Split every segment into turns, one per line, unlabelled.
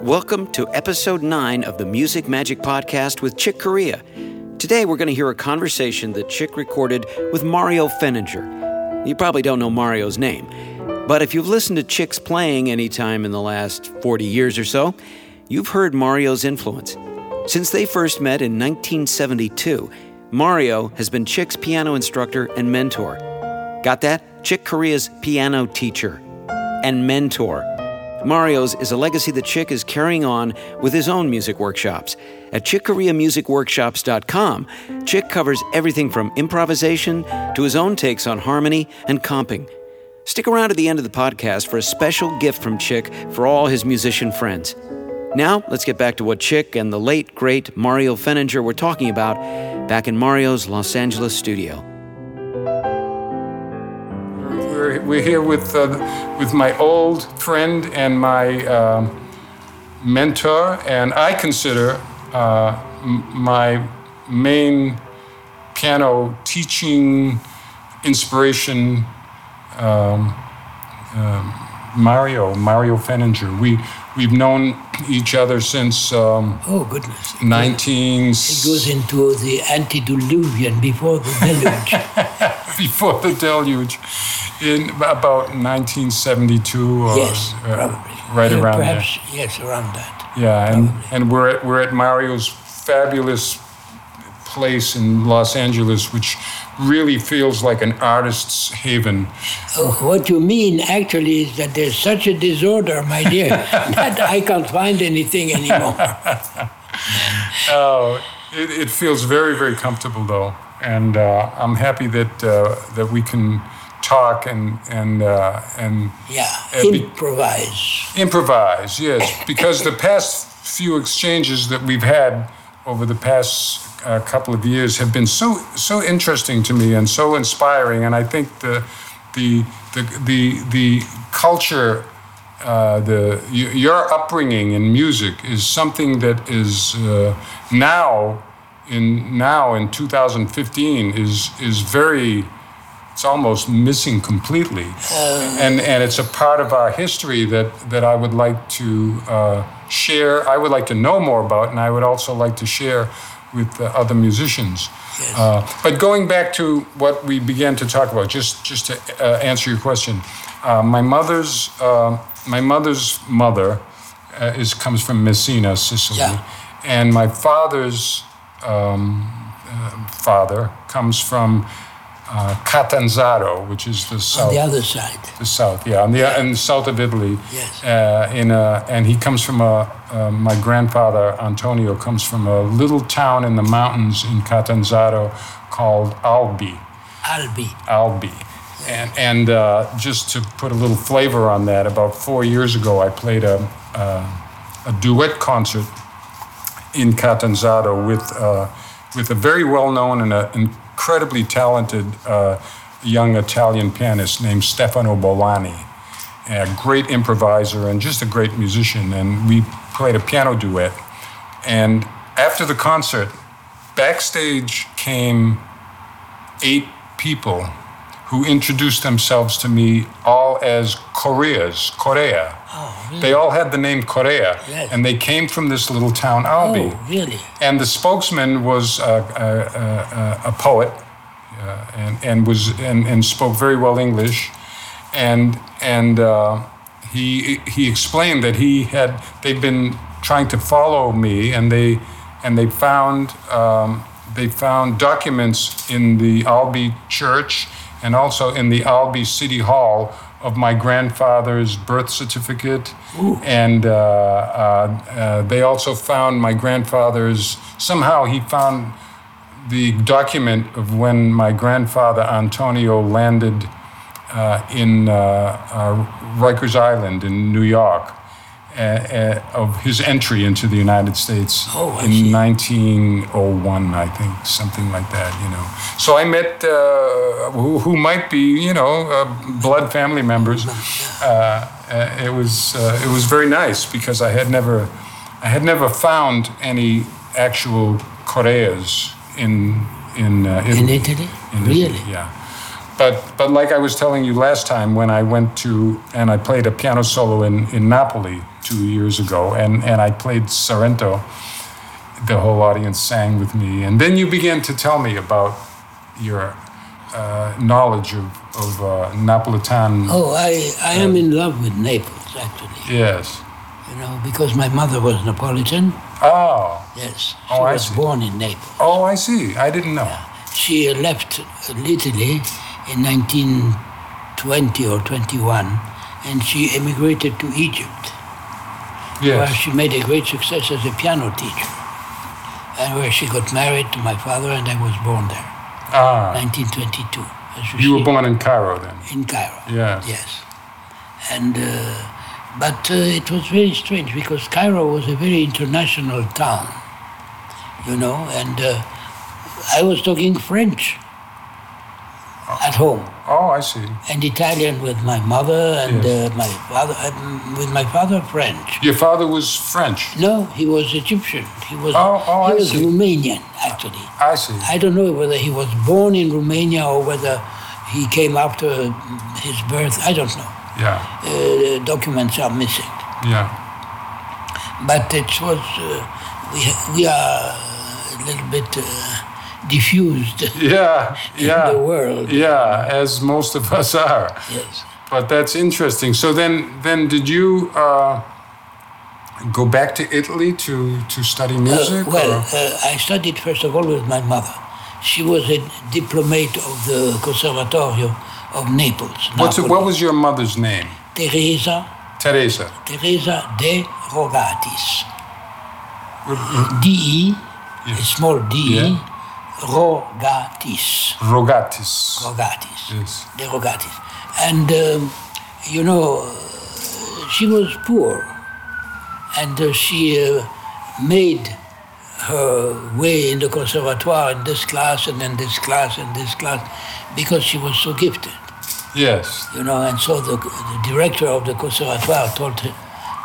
Welcome to episode 9 of the Music Magic Podcast with Chick Corea. Today we're going to hear a conversation that Chick recorded with Mario Fenninger. You probably don't know Mario's name, but if you've listened to Chick's playing any time in the last 40 years or so, you've heard Mario's influence. Since they first met in 1972, Mario has been Chick's piano instructor and mentor. Got that? Chick Corea's piano teacher and mentor. Mario's is a legacy that Chick is carrying on with his own music workshops. At chickkoreamusicworkshops.com, Chick covers everything from improvisation to his own takes on harmony and comping. Stick around to the end of the podcast for a special gift from Chick for all his musician friends. Now, let's get back to what Chick and the late, great Mario Fenninger were talking about back in Mario's Los Angeles studio.
We're, we're here with, uh, with my old friend and my um, mentor, and I consider uh, m- my main piano teaching inspiration um, um, Mario, Mario Fenninger. We, we've known each other since um,
Oh, goodness.
19...
It goes into the antediluvian before the deluge.
before the deluge in about 1972 or
yes,
uh,
probably.
right
Yeah,
around there.
Perhaps, yes, around that.
Yeah, and, and we're, at, we're at Mario's fabulous place in Los Angeles, which really feels like an artist's haven.
Oh, what you mean actually is that there's such a disorder, my dear, that I can't find anything anymore.
Oh, it, it feels very, very comfortable though. And uh, I'm happy that, uh, that we can talk and, and, uh, and
Yeah,
Uh, be-
improvise.
improvise yes because the past few exchanges that we've had over the past uh, couple of years have been so so interesting to me and so inspiring and i think the the the the, the culture uh, the y- your upbringing in music is something that is uh, now in now in 2015 is is very it's almost missing completely. and and it's a part of our history that that I would like to uh, share. I would like to know more about, and I would also like to share with uh, other musicians. Uh, but going back to what we began to talk about, just just to uh, answer your question, uh, my mother's uh, my mother's mother uh, is comes from Messina, Sicily,
Yeah.
and my father's um, uh, father comes from uh, Catanzaro, which is the south,
The other side.
the south, yeah, on the in the south of Italy.
Yes.
Uh, in a, and he comes from a. Uh, my grandfather Antonio comes from a little town in the mountains in Catanzaro called Albi.
Albi.
Albi. And, and uh, just to put a little flavor on that, about four years ago, I played a, uh, a duet concert in Catanzaro with, uh, with a very well known and a incredibly talented uh, young Italian pianist named Stefano Bolani, a great improviser and just a great musician. And we played a piano duet. And after the concert, backstage came eight people who introduced themselves to me all as Koreas, Korea. They all had the name Korea,
Yes.
and they came from this little town, Albi.
Oh, really?
And the spokesman was uh, uh, uh, uh, a poet uh, and, and, was, and, and spoke very well English. And, and uh, he, he explained that he had, they'd been trying to follow me and they, and they found, um, they found documents in the Albi church and also in the Albi City Hall of my grandfather's birth certificate, and uh, uh, uh, they also found my grandfather's. Somehow he found the document of when my grandfather Antonio landed uh, in uh, uh, Rikers Island in New York. Uh, uh, of his entry into the United States
Oh, I
in
see.
1901, I think, something like that, you know. So I met uh, who, who might be, you know, uh, blood family members. Uh, uh, it was uh, it was very nice because I had never I had never found any actual Koreas in in uh,
In Italy?
in Italy,
really?
yeah. But but like I was telling you last time, when I went to and I played a piano solo in in Napoli two years ago, and, and I played Sorrento. The whole audience sang with me, and then you began to tell me about your uh, knowledge of, of uh, Napolitan.
Oh, I, I am in love with Naples, actually,
Yes.
you know, because my mother was Napolitan.
Oh,
Yes. She
Oh, I
was
see.
born in Naples.
oh, I see. I didn't know.
She left Italy in 1920 or 21, and she emigrated to Egypt. where
Yes.
she made a great success as a piano teacher, and where she got married to my father, and I was born there,
Ah,
1922. as
you were
see,
born in Cairo then.
in Cairo.
Yes.
Yes, and uh, but uh, it was very strange because Cairo was a very international town, you know, and uh, I was talking French at home
Oh, I see.
and Italian with my mother and
Yes.
uh, my father, um, with my father French.
Your father was French.
No, he was Egyptian. He was,
Oh, oh,
he
I
was
see.
Romanian, actually.
I see.
I don't know whether he was born in Romania or whether he came after his birth. I don't know.
Yeah.
Uh, documents are missing.
Yeah.
But it was, uh, we, we are a little bit uh, diffused
Yeah. Yeah.
in the world.
Yeah, as most of us are.
Yes.
But that's interesting. So then, then did you uh, go back to Italy to to study
Uh,
music?
well,
or-
uh, I studied first of all with my mother. She was a diplomate of the Conservatorio of Naples.
What's
Napoli.
what was your mother's name?
Teresa
Teresa.
Teresa de Rogatis.
R-
D-E,
Yeah.
a small D-E,
Yeah.
Rogatis.
Rogatis.
Rogatis.
Yes.
De Rogatis. And, um, you know, uh, she was poor. And uh, she uh, made her way in the conservatoire in this class and then this class and this class because she was so gifted
Yes.
you know, and so the, the director of the conservatoire told her,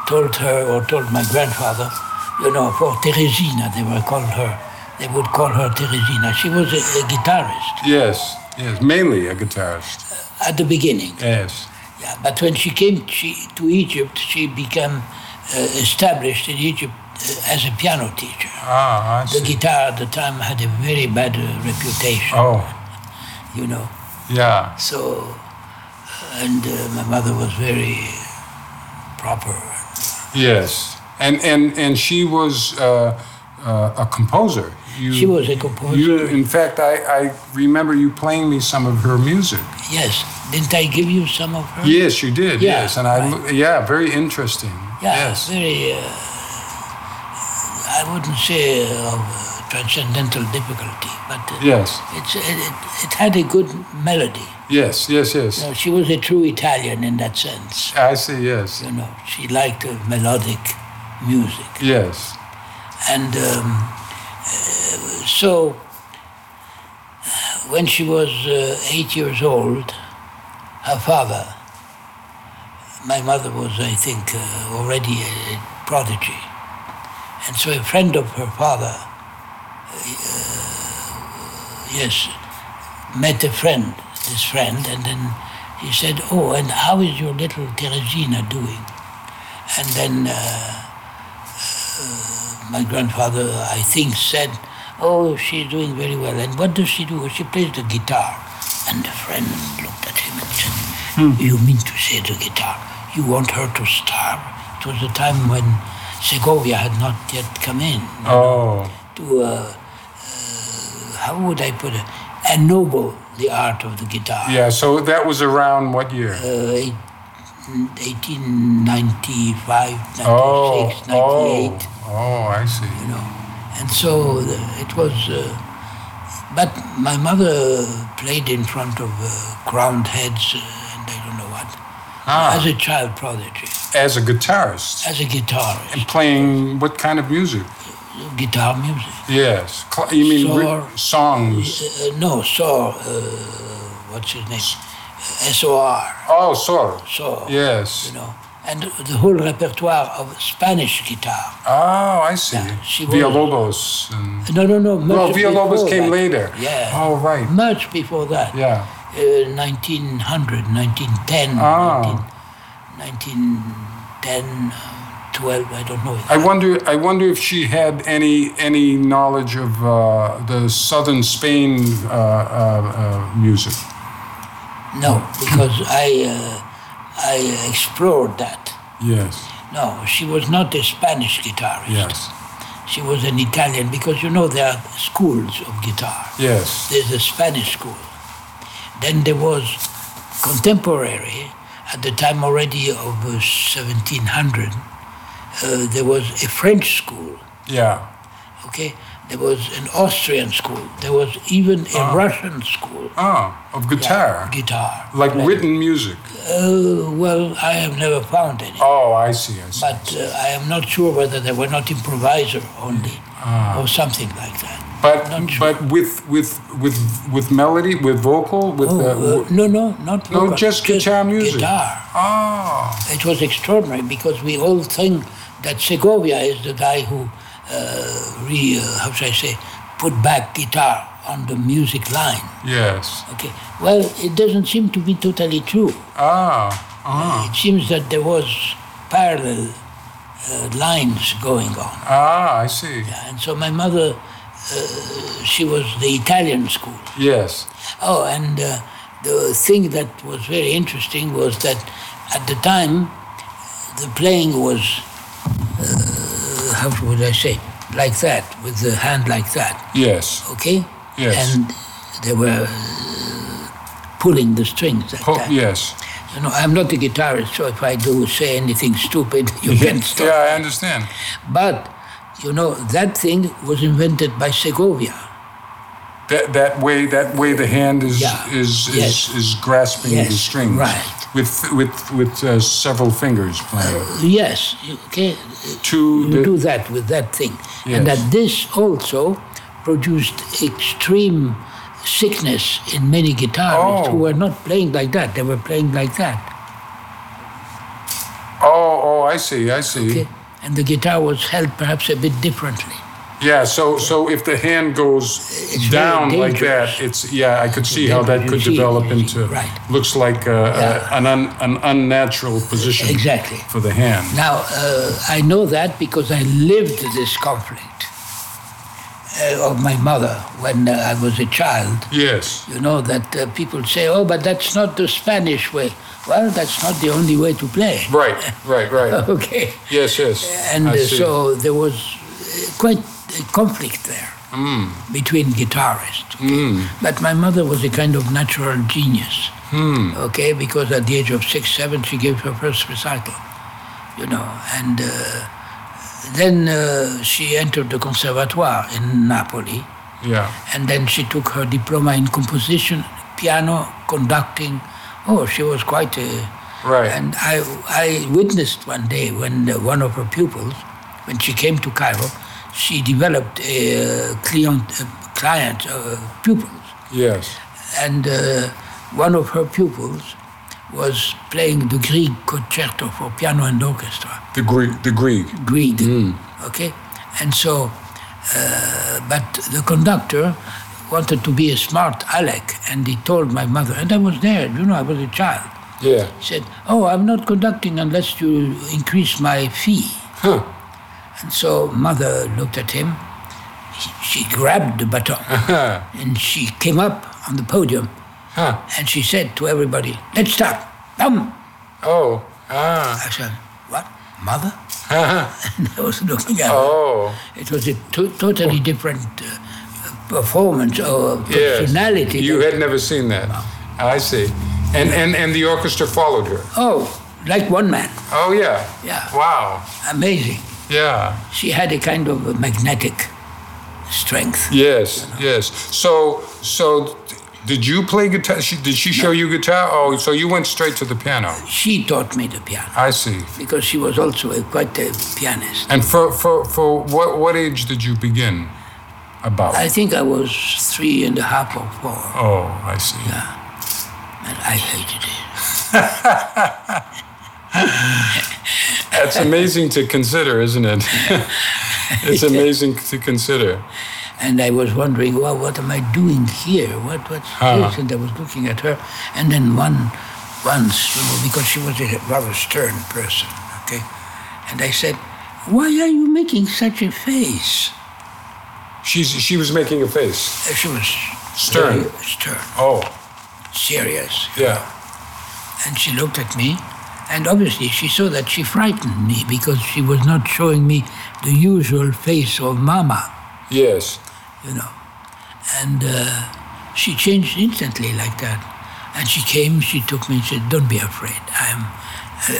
told her or told my grandfather, you know, for Teresina, they were called her. They would call her Teresina. She was a, a guitarist
Yes. Yes. Mainly a guitarist.
at the beginning.
Yes.
Yeah, but when she came she, to Egypt, she became uh, established in Egypt uh, as a piano teacher.
Ah, I
The
see.
guitar at the time had a very bad uh, reputation,
Oh,
you know.
yeah.
So, and uh, my mother was very proper
Yes. And and and she was uh, uh, a composer. You,
She was a composer.
You, in fact, I, I remember you playing me some of her music.
Yes. Didn't I give you some of her?
Yes, you did.
Yeah,
yes, and I lo- yeah, very interesting.
Yeah,
Yes.
Very, uh, I wouldn't say uh, of uh, transcendental difficulty, but uh,
Yes.
it's, it, it, it had a good melody.
Yes. Yes. Yes.
You know, she was a true Italian in that sense.
I see. Yes.
You know, she liked uh, melodic music.
Yes.
And um, uh, so, when she was uh, eight years old, her father, my mother was, I think, uh, already a prodigy. And so, a friend of her father, uh, yes, met a friend, this friend, and then he said, Oh, and how is your little Teresina doing? And then uh, my grandfather, I think, said, Oh, she's doing very well. And what does she do? She plays the guitar. And the friend looked at him and said,
Hmm.
You mean to say the guitar? You want her to starve? It was a time when Segovia had not yet come in
Oh.
to, uh, uh, how would I put it, ennoble the art of the guitar.
Yeah. So that was around what year?
Uh, eight- 1895, 96,
oh.
98.
Oh. Oh. I see.
you know. And so uh, it was. Uh, but my mother played in front of uh, crowned heads uh, and I don't know what. As
Ah.
a child prodigy,
As a guitarist,
as a guitarist,
and playing what kind of music?
guitar music.
Yes. Cl- you mean ri-
Sor-
songs?
Uh, no, SOR, uh, what's his name? SOR,
Oh, sort.
SOR,
Yes.
you know. And the whole repertoire of Spanish guitar.
Oh, I see.
Yeah, she was-
Villalobos. And,
No, no, no. Much
well, Villalobos
before
came
that.
later.
Yeah.
Oh, right.
Much before that.
Yeah.
Uh, 1900, 1910,
Ah.
19, 1910, 12, uh, I don't know.
I wonder. I wonder if she had any any knowledge of uh, the southern Spain uh, uh, uh, music.
No, because I, uh, I explored that.
Yes.
No, she was not a Spanish guitarist.
Yes.
She was an Italian because you know there are schools of guitar.
Yes.
There's a Spanish school. Then there was contemporary at the time already of uh, 1700. Uh, there was a French school.
Yeah.
Okay, there was an Austrian school. There was even a
Ah.
Russian school.
Oh, of guitar,
Guitar.
like written music.
Uh, well, I have never found any.
Oh, I see. I see.
But uh, I am not sure whether they were not improviser only
Ah.
or something like that.
But
Not sure.
but with with with with melody, with vocal, with
Oh,
the.
uh, no, no, not
No,
vocal,
just guitar music.
Guitar.
oh.
It was extraordinary because we all think that Segovia is the guy who, uh, re, uh, how should I say, put back guitar on the music line.
Yes.
Okay. Well, it doesn't seem to be totally true.
Ah. Ah.
It seems that there was parallel uh, lines going on.
Ah. I see.
And so my mother, uh, she was the Italian school.
Yes.
Oh, and uh, the thing that was very interesting was that at the time, the playing was, uh, how would I say, like that, with the hand like that,
Yes.
okay?
Yes.
And they were uh, pulling the strings like
Po-
that.
yes.
You know, I'm not a guitarist, so if I do say anything stupid, you can stop.
Yeah, I understand.
But, you know, that thing was invented by Segovia.
That that way that way the hand is
Yeah.
is is,
Yes.
is grasping
Yes,
the strings
right.
with with with uh, several fingers playing.
Yes, you- okay,
Two
you
the-
do that with that thing. And
Yes.
that this also produced extreme sickness in many guitarists who
Oh.
were not playing like that, they were playing like that.
Oh, oh, I see, I see.
Okay? And the guitar was held perhaps a bit differently.
Yeah, so so if the hand goes
It's
down
very
like that,
dangerous.
it's yeah, I could see how that could
dangerous. You see,
develop
you see,
into
right.
looks like a, a,
Yeah.
an un, an unnatural position
Exactly.
for the hand.
Now, uh, I know that because I lived this conflict uh, of my mother when uh, I was a child.
Yes.
You know, that uh, people say, oh, but that's not the Spanish way. Well, that's not the only way to play.
Right, right, right.
Okay.
Yes, yes.
And
I
uh,
see.
so there was uh, quite a conflict there
Mm.
between guitarists. okay? But my mother was a kind of natural genius,
Hmm.
okay, because at the age of six, seven, she gave her first recital, you know, and uh, then uh, she entered the conservatoire in Napoli,
yeah.
and then she took her diploma in composition, piano, conducting. Oh, she was quite a
Right.
and I, I witnessed one day when uh, one of her pupils, when she came to Cairo, she developed a uh, client, uh, client uh, pupils.
yes.
And uh, one of her pupils was playing the Grieg concerto for piano and orchestra.
The Greek the Greek.
Grieg, okay? And so, uh, but the conductor wanted to be a smart Alec, and he told my mother, and I was there, you know, I was a child.
Yeah.
He said, Oh, I'm not conducting unless you increase my fee.
Huh.
And so mother looked at him. She- She grabbed the baton
Huh.
and she came up on the podium
Huh.
and she said to everybody, Let's start. Come.
Oh. Ah.
I said, What? Mother?
Huh.
And I was looking at her.
Oh.
It was a to- totally different uh, performance or
Yes.
personality.
You had never seen that. I see. And and and the orchestra followed her.
Oh, like one man.
Oh yeah.
Yeah.
Wow.
Amazing.
Yeah.
She had a kind of a magnetic strength.
Yes. Yes. So so did you play guitar? She, did she show you guitar? Oh, so you went straight to the piano.
She taught me the piano
I see.
because she was also a, quite a pianist.
And for for for what what age did you begin? About.
I think I was three and a half or four,
oh, I see.
and I hated it.
That's amazing to consider, isn't it? it's amazing to consider.
And I was wondering, well, what am I doing here? What what's this?
Ah.
And I was looking at her, and then one once, you know, because she was a rather stern person, okay, and I said, Why are you making such a face?
She's, she was making a face.
Uh, She was
Stern.
very stern,
Oh,
serious.
yeah.
And she looked at me, and obviously she saw that she frightened me because she was not showing me the usual face of Mama.
Yes.
you know. And uh, she changed instantly like that. And she came, she took me and said, "Don't be afraid. I am,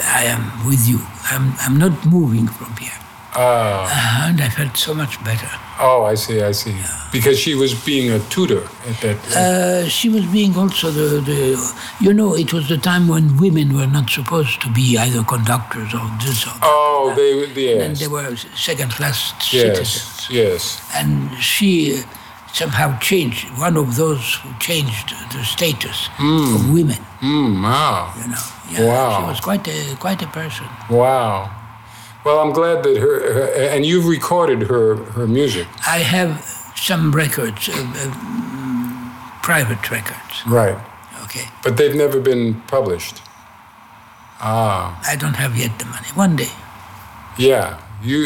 I am with you. I'm, I'm not moving from here."
Ah.
Uh, and I felt so much better.
oh, I see, I see. Because she was being a tutor at that.
Uh, she was being also the, the, you know, it was the time when women were not supposed to be either conductors or this or that.
oh, they,
uh, And
yes.
they were second-class citizens.
yes, yes.
and she uh, somehow changed one of those who changed the status of women
Mm, wow.
you know yeah, she
Wow.
was quite a quite a person
Wow. Well, I'm glad that her, her and you've recorded her her music.
i have some records uh, um, private records
Right.
okay
But they've never been published. Ah.
i don't have yet the money one day
Yeah. You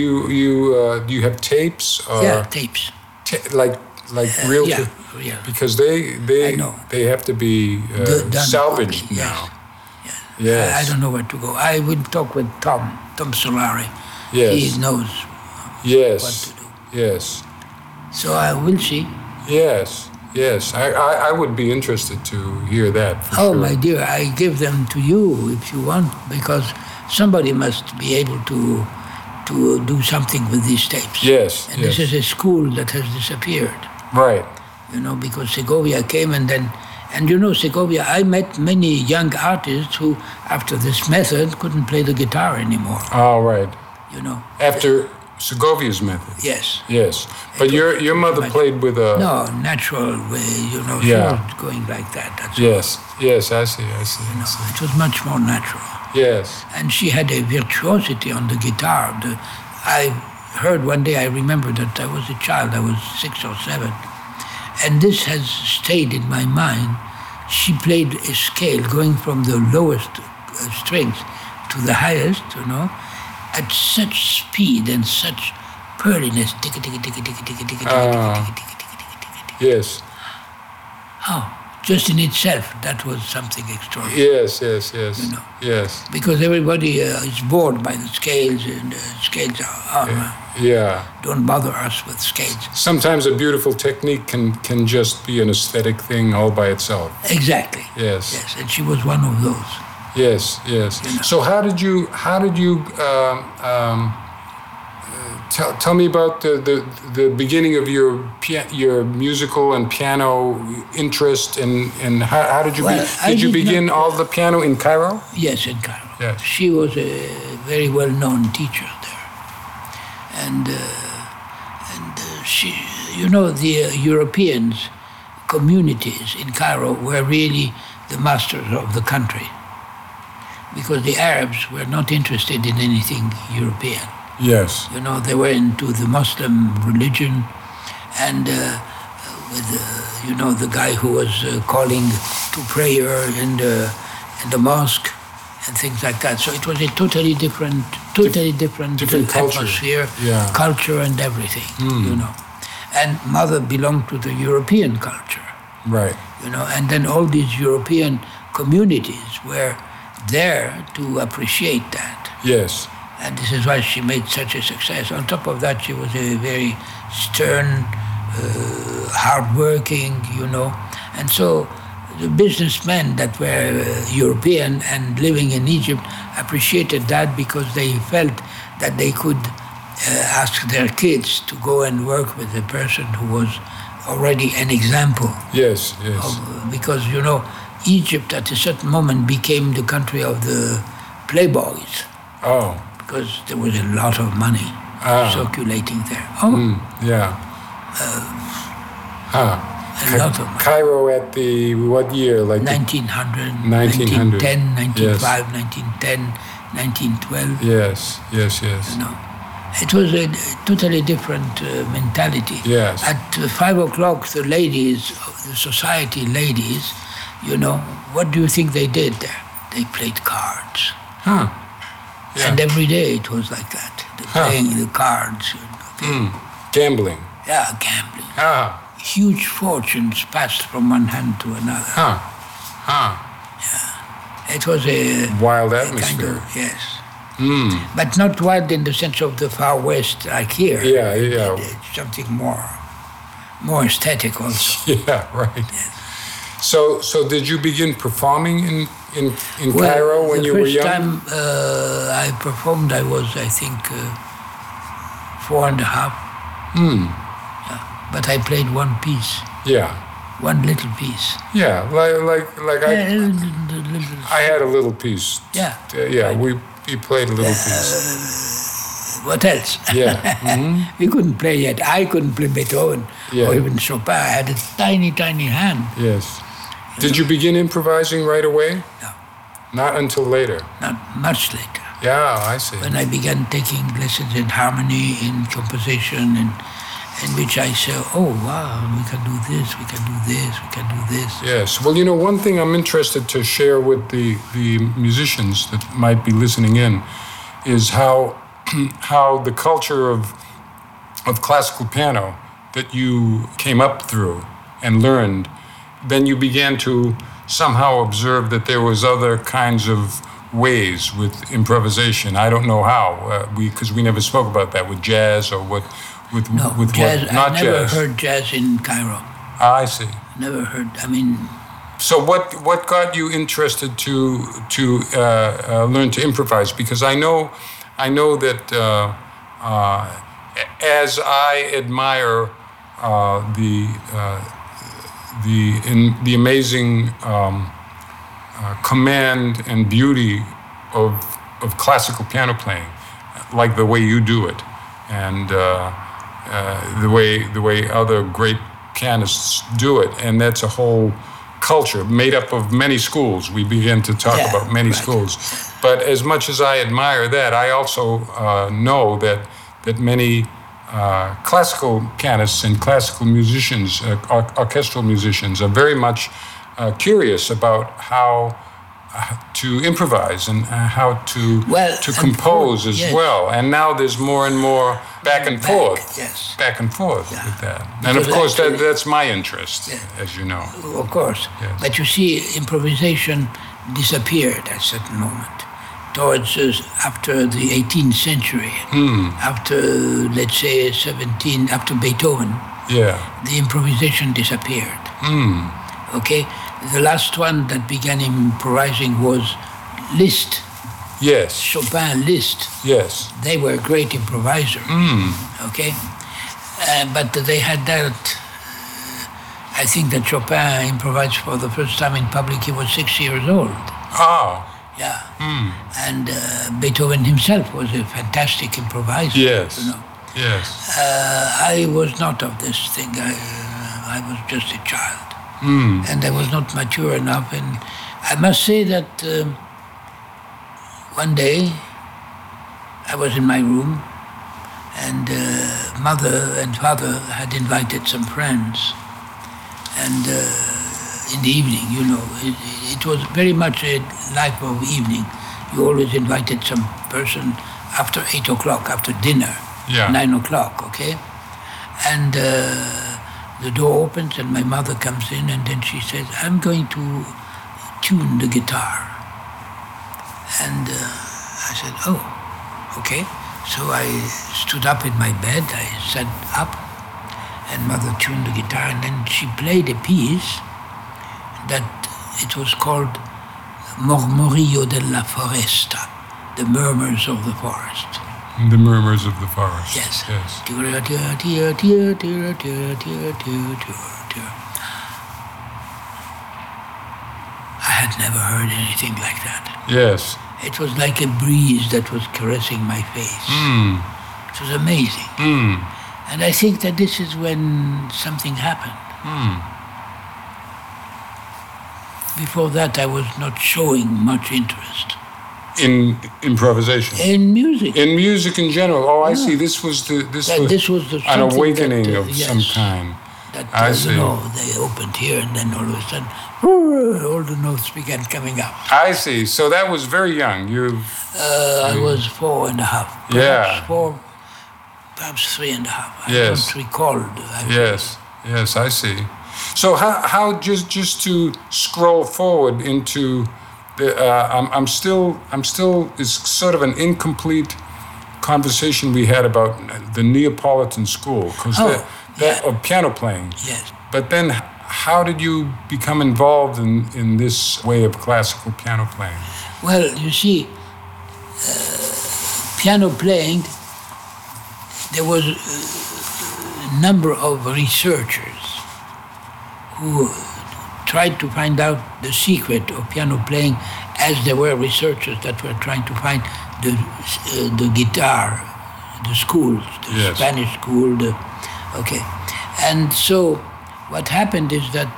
you you uh, you have tapes or
yeah tapes
ta- like like real
yeah
ta-
yeah
because they
I
they
know.
they have to be
Do-
uh,
done
salvaged
properly, yes.
now.
I- i
Yes.
don't know where to go i will talk with tom tom solari
Yes.
he knows
Yes.
what to
Yes.
so i will see
Yes. Yes. I, I, I would be interested to hear that. For
Oh,
sure.
my dear, I give them to you if you want, because somebody must be able to to do something with these tapes.
Yes.
And
Yes.
this is a school that has disappeared,
Right.
you know, because Segovia came and then, and you know, Segovia, I met many young artists who, after this method, couldn't play the guitar anymore,
All right.
you know.
After Segovia's method.
Yes.
Yes, but your your mother played with a
No, natural way, you know, she
Yeah.
was going like that. That's
yes, yes. I see, I see, I see.
It was much more natural.
Yes,
and she had a virtuosity on the guitar. The, I heard one day, I remember that I was a child, I was six or seven, and this has stayed in my mind. She played a scale going from the lowest uh, strings to the highest, you know, at such speed and such pearliness. Tiki, tiki, tiki, tiki, tiki, tiki, tiki, tiki, tiki, tiki, tiki, tiki, tiki.
yes,
Oh, just in itself, that was something extraordinary.
yes, yes, yes,
know.
yes.
because everybody uh, is bored by the scales, and uh, scales are, are
Yeah.
don't bother us with scales.
Sometimes a beautiful technique can can just be an aesthetic thing all by itself.
Exactly.
Yes,
Yes, and she was one of those.
yes, yes. So how did you how did you um, um, uh, tell tell me about the the, the beginning of your pia- your musical and piano interest and and how, how did you
Well, I
be, did you
did not-
begin all the piano in Cairo?
Yes, in Cairo.
Yes.
She was a very well-known teacher there, and uh, and uh, she, you know, the uh, Europeans communities in Cairo were really the masters of the country, because the Arabs were not interested in anything European.
Yes.
You know, they were into the Muslim religion, and uh, with uh, you know the guy who was uh, calling to prayer and uh, and the mosque and things like that. So it was a totally different, totally different,
different culture.
atmosphere,
Yeah. Hmm.
culture, and everything. You know, and mother belonged to the European culture
Right.
you know, and then all these European communities were there to appreciate that.
Yes.
and this is why she made such a success. On top of that, she was a very stern, uh, hardworking, you know, and so the businessmen that were uh, European and living in Egypt appreciated that because they felt that they could uh, ask their kids to go and work with a person who was already an example
Yes.
Oh.
Yes.
because you know Egypt at a certain moment became the country of the playboys
Oh.
because there was a lot of money
Ah. Hmm.
circulating there. Oh,
Yeah. Uh, Huh.
a lot of money.
Cairo at the what year? Like the-
1900,
1900,
1910,
yes.
1905, 1910, 1912.
yes. Yes. Yes.
No. It was a totally different uh, mentality.
Yes.
At uh, five o'clock, the ladies, the society ladies, you know, what do you think they did there? They played cards.
Huh. Yeah.
And every day it was like that. to playing the cards. Okay.
Gambling.
Yeah, gambling.
Ah,
Huge fortunes passed from one hand to another.
huh, huh.
It was a
Wild
a kind
atmosphere. Hmm.
of yes, but not wild in the sense of the far west like here.
Yeah, yeah,
It's something more, more aesthetic also.
yeah, right. So, so did you begin performing in in, in
Well,
Cairo when
the
you were
first
young?
time uh, I performed, I was, I think, uh, four and a half.
Hmm.
Yeah. But I played one piece,
Yeah,
one little piece.
yeah. Like like like I
Yeah, little- little- little-
I had a little piece.
Yeah.
Uh, yeah. We we played a little piece.
What else?
Yeah. Mm-hmm.
we couldn't play yet. I couldn't play Beethoven
Yeah.
or even Chopin. I had a tiny, tiny hand.
Yes. Did you begin improvising right away?
No.
Not until later.
Not much later.
Yeah, I see.
when I began taking lessons in harmony, in composition, and in which I say, oh wow, we can do this, we can do this, we can do this.
Yes. Well, you know, one thing I'm interested to share with the, the musicians that might be listening in is how how the culture of of classical piano that you came up through and learned, then you began to somehow observe that there was other kinds of ways with improvisation. I don't know how uh, we because we never spoke about that with jazz or what with
No,
with
jazz.
what not
I never
jazz. Ah,
heard jazz in Cairo.
I see.
Never heard. I mean,
So what what got you interested to to uh, uh, learn to improvise? Because I know I know that uh, uh, as I admire uh, the uh, the in, the amazing um, uh, command and beauty of of classical piano playing, like the way you do it, and. Uh, uh, the way the way other great pianists do it, and that's a whole culture made up of many schools. We begin to talk
Yeah,
about many
right.
schools, but as much as I admire that, I also uh, know that that many. Uh, classical pianists and classical musicians, uh, or- orchestral musicians, are very much uh, curious about how uh, to improvise and uh, how to
Well,
to
and
compose as
yes.
well. And now there's more and more back and
Back,
forth,
yes.
back and forth with that. And of
Because
course, that,
actually-
that's my interest, as you know.
of course.
Yes.
But you see, improvisation disappeared at a certain moment. Towards uh, after the 18th century,
Hmm.
after let's say 17, after Beethoven,
Yeah,
the improvisation disappeared. Okay, the last one that began improvising was Liszt,
yes,
Chopin, Liszt.
yes,
They were great improvisers. Okay, uh, but they had that. uh, I think that Chopin improvised for the first time in public. He was six years old.
ah,
Yeah, and uh, Beethoven himself was a fantastic improviser.
yes,
you know.
yes,
Uh, I was not of this thing. I, uh, I was just a child, and I was not mature enough. And I must say that um, one day I was in my room, and uh, mother and father had invited some friends, and. Uh, in the evening, you know, it, it was very much a life of evening. You always invited some person after eight o'clock, after dinner
yeah.
nine o'clock, okay? And uh, the door opens and my mother comes in and then she says, I'm going to tune the guitar. And uh, I said, oh, okay. So I stood up in my bed, I sat up and mother tuned the guitar and then she played a piece that it was called Murmurio della Foresta, the murmurs of the forest.
The murmurs of the forest.
Yes.
yes.
I had never heard anything like that.
Yes.
It was like a breeze that was caressing my face.
Hmm.
It was amazing. And I think that this is when something happened.
Hmm.
Before that, I was not showing much interest
In improvisation.
in music.
in music in general. Oh, I see. This was the this
That
was
this was the
an
something
awakening
that, uh,
of some
yes.
kind.
That
I
uh,
see.
you know they opened here, and then all of a sudden, all the notes began coming out.
I see. So that was very young. You,
Uh, I was four and a half.
Hmm. Yeah.
Perhaps Four, perhaps three and a half. I
Yes.
don't recall. I-
yes, yes, I see. So how, how just just to scroll forward into the, uh, I'm, I'm still I'm still it's sort of an incomplete conversation we had about the Neapolitan school because
Oh,
that, that of piano playing.
Yes.
But then, how did you become involved in, in this way of classical piano playing?
Well, you see, uh, piano playing, there was uh, a number of researchers who uh, tried to find out the secret of piano playing as there were researchers that were trying to find the, uh, the guitar, the schools, the
Yes.
Spanish school, the, okay. And so what happened is that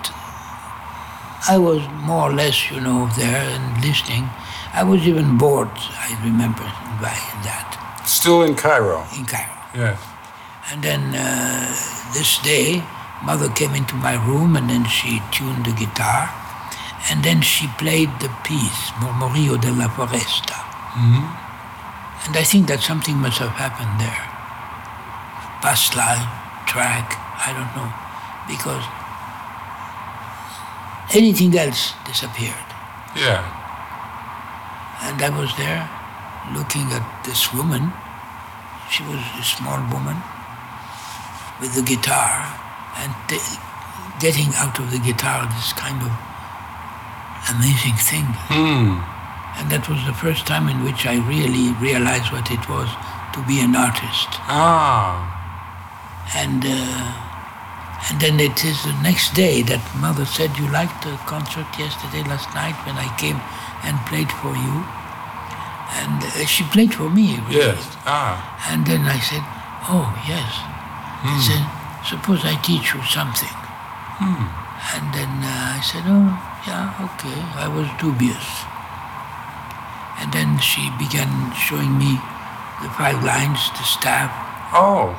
I was more or less, you know, there and listening. I was even bored, I remember, by that
Still in Cairo.
in Cairo.
Yeah.
And then uh, this day, mother came into my room and then she tuned the guitar. And then she played the piece, Murmurio della Foresta. And I think that something must have happened there. Bass line, track, I don't know. Because anything else disappeared.
Yeah.
And I was there looking at this woman. She was a small woman with the guitar and t- getting out of the guitar this kind of amazing thing.
Hmm.
And that was the first time in which I really realized what it was to be an artist.
Ah.
And, uh, and then it is the next day that mother said, You liked the concert yesterday, last night, when I came and played for you. And uh, she played for me. really.
Yes. Ah.
And then I said, Oh, yes. I said, Suppose I teach you something. And then uh, I said, Oh, yeah, okay. I was dubious. And then she began showing me the five lines, the staff,
Oh.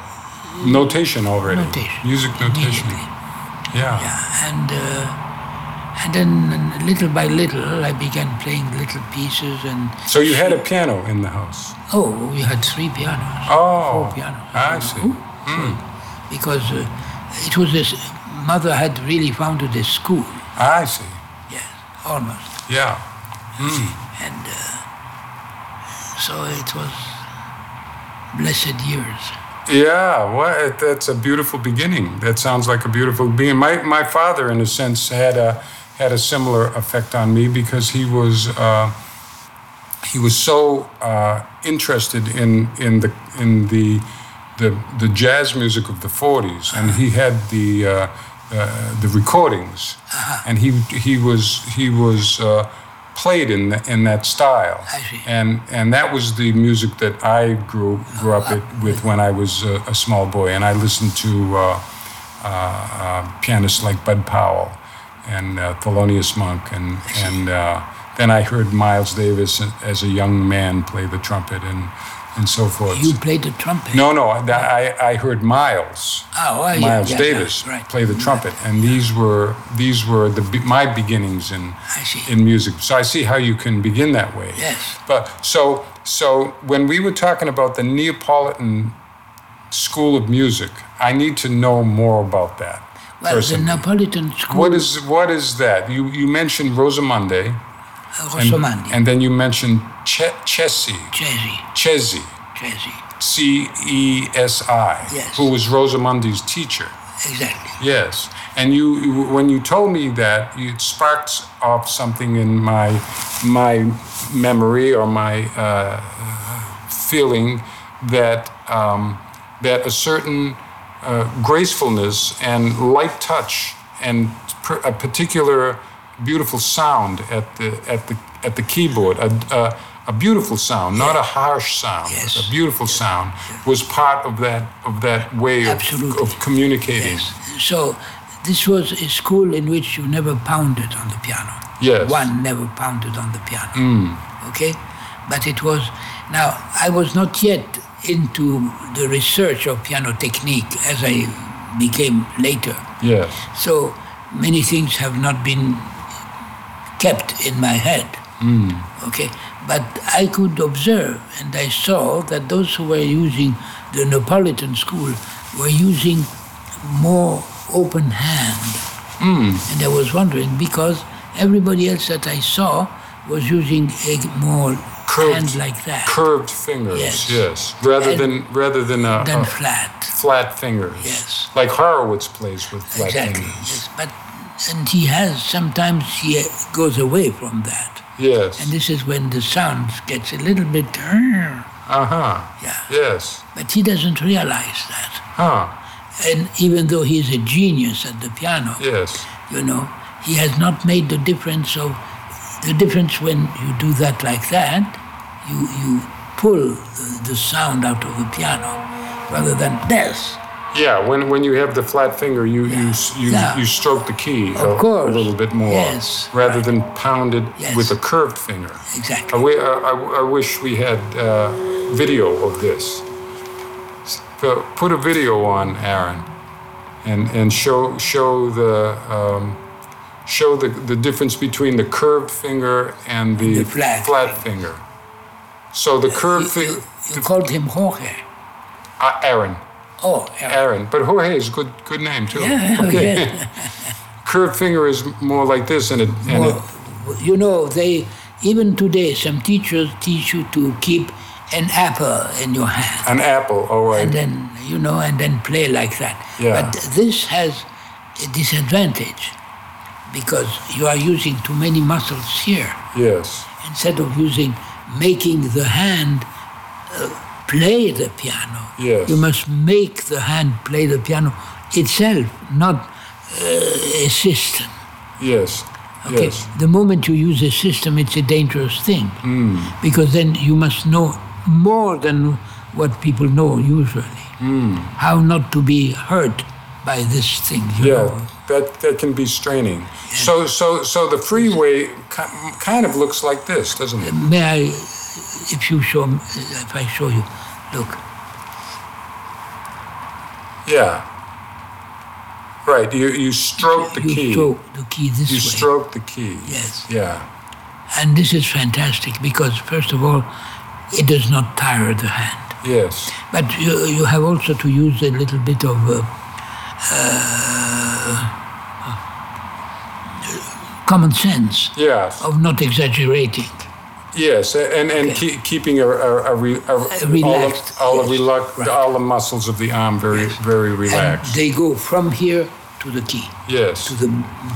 Notation already.
notation.
Music notation.
immediately.
Yeah.
Yeah, and uh, and then little by little, I began playing little pieces, and
So you had a piano in the house.
oh, we had three pianos.
Oh.
Four pianos.
I see. Hmm.
Because uh, it was this mother had really founded this school.
I see.
Yes, almost,
Yeah.
and uh, so it was blessed years.
Yeah, well, that's a beautiful beginning. That sounds like a beautiful beginning. My, my father, in a sense, had a had a similar effect on me because he was uh, he was so uh, interested in in the in the the, the jazz music of the 40s, and he had the uh, uh, the recordings,
Uh-huh.
and he he was he was uh, played in the, in that style,
I see.
and and that was the music that I grew grew up
Uh-huh.
it, with when I was a, a small boy, and I listened to uh, uh, uh, pianists like Bud Powell and uh, Thelonious Monk, and and uh, then I heard Miles Davis as a young man play the trumpet and and so forth.
You played the trumpet.
No, no, I, I heard Miles.
Oh, well, yeah,
Miles
yeah, yeah,
Davis
right.
play the trumpet, and these were these were the be- my beginnings in
I see.
in music. So I see how you can begin that way.
Yes.
But so so when we were talking about the Neapolitan school of music, I need to know more about that.
well,
personally.
the Napolitan school,
what is what is that? You you mentioned Rosamonde,
uh, Rossomandi,
and then you mentioned che- Cesi,
Cesi,
Cesi,
Cesi,
C E S I,
Yes.
who was Rosamonde's teacher.
exactly.
Yes, and you, you when you told me that, you- it sparked off something in my my memory or my uh, feeling that um, that a certain uh, gracefulness and light touch and per, a particular beautiful sound at the at the at the keyboard a, a, a beautiful sound not a harsh sound
Yes.
a beautiful sound was part of that of that way of,
Absolutely.
of communicating
So this was a school in which you never pounded on the piano.
Yes.
One never pounded on the piano. Okay? But it was now I was not yet into the research of piano technique as I became later.
Yes.
So many things have not been kept in my head. Okay, but I could observe and I saw that those who were using the Neapolitan school were using more open hand. And I was wondering because everybody else that I saw was using a more
Curved-
hand like that
Curved fingers,
Yes.
yes. Rather
And-
than rather than a,
than
a
flat.
flat fingers.
Yes.
Like Horowitz plays with flat
Exactly.
fingers.
Yes, but and he has sometimes he goes away from that,
Yes.
and this is when the sound gets a little bit. Yeah,
uh huh. Yes.
but he doesn't realize that,
Huh.
and even though he is a genius at the piano,
Yes.
you know, he has not made the difference of the difference when you do that like that, you you pull the, the sound out of the piano rather than this.
Yeah. When when you have the flat finger, you you s- you,
Yeah.
you stroke the key
Of
a,
course.
a little bit more.
Yes.
Rather than pound it
Yes.
with a curved finger. I,
Exactly.
w- I, I- I wish we had uh, video of this. S- pu- Put a video on, Aaron, and and show show the um, show the, the difference between the curved finger and the,
the flat.
finger. So the curved
You, you,
finger,
you called him Jorge.
uh, Aaron,
Oh, yeah.
Aaron, but Jorge is a good good name too.
Yeah, oh,
Curved finger is more like this, and it and it,
Well, you know, they even today some teachers teach you to keep an apple in your
an
hand
apple. oh, All right.
and then you know and then play like that.
Yeah.
But this has a disadvantage because you are using too many muscles here
yes.
instead of using making the hand uh, play the piano.
Yes.
You must make the hand play the piano itself, not uh, a system.
Yes.
Okay,
Yes.
the moment you use a system, it's a dangerous thing
Mm.
because then you must know more than what people know usually.
Mm.
How not to be hurt by this thing. You
Yeah,
know?
that, that can be straining. So so so the freeway ki- kind of looks like this, doesn't it?
May I, if you show, m- if I show you, look,
Yeah. Right. You you stroke the
you
key.
stroke the key this
You
way,
stroke the key.
Yes.
Yeah.
and this is fantastic because first of all, it does not tire the hand.
Yes.
But you, you have also to use a little bit of uh, uh, common sense
Yeah.
of not exaggerating.
Yes. And and keep, keeping a, a, a, re, a
Uh, relaxed,
all, of, all
yes.
the relax, all the muscles of the arm very very relaxed.
And they go from here to the key,
yes.
to the,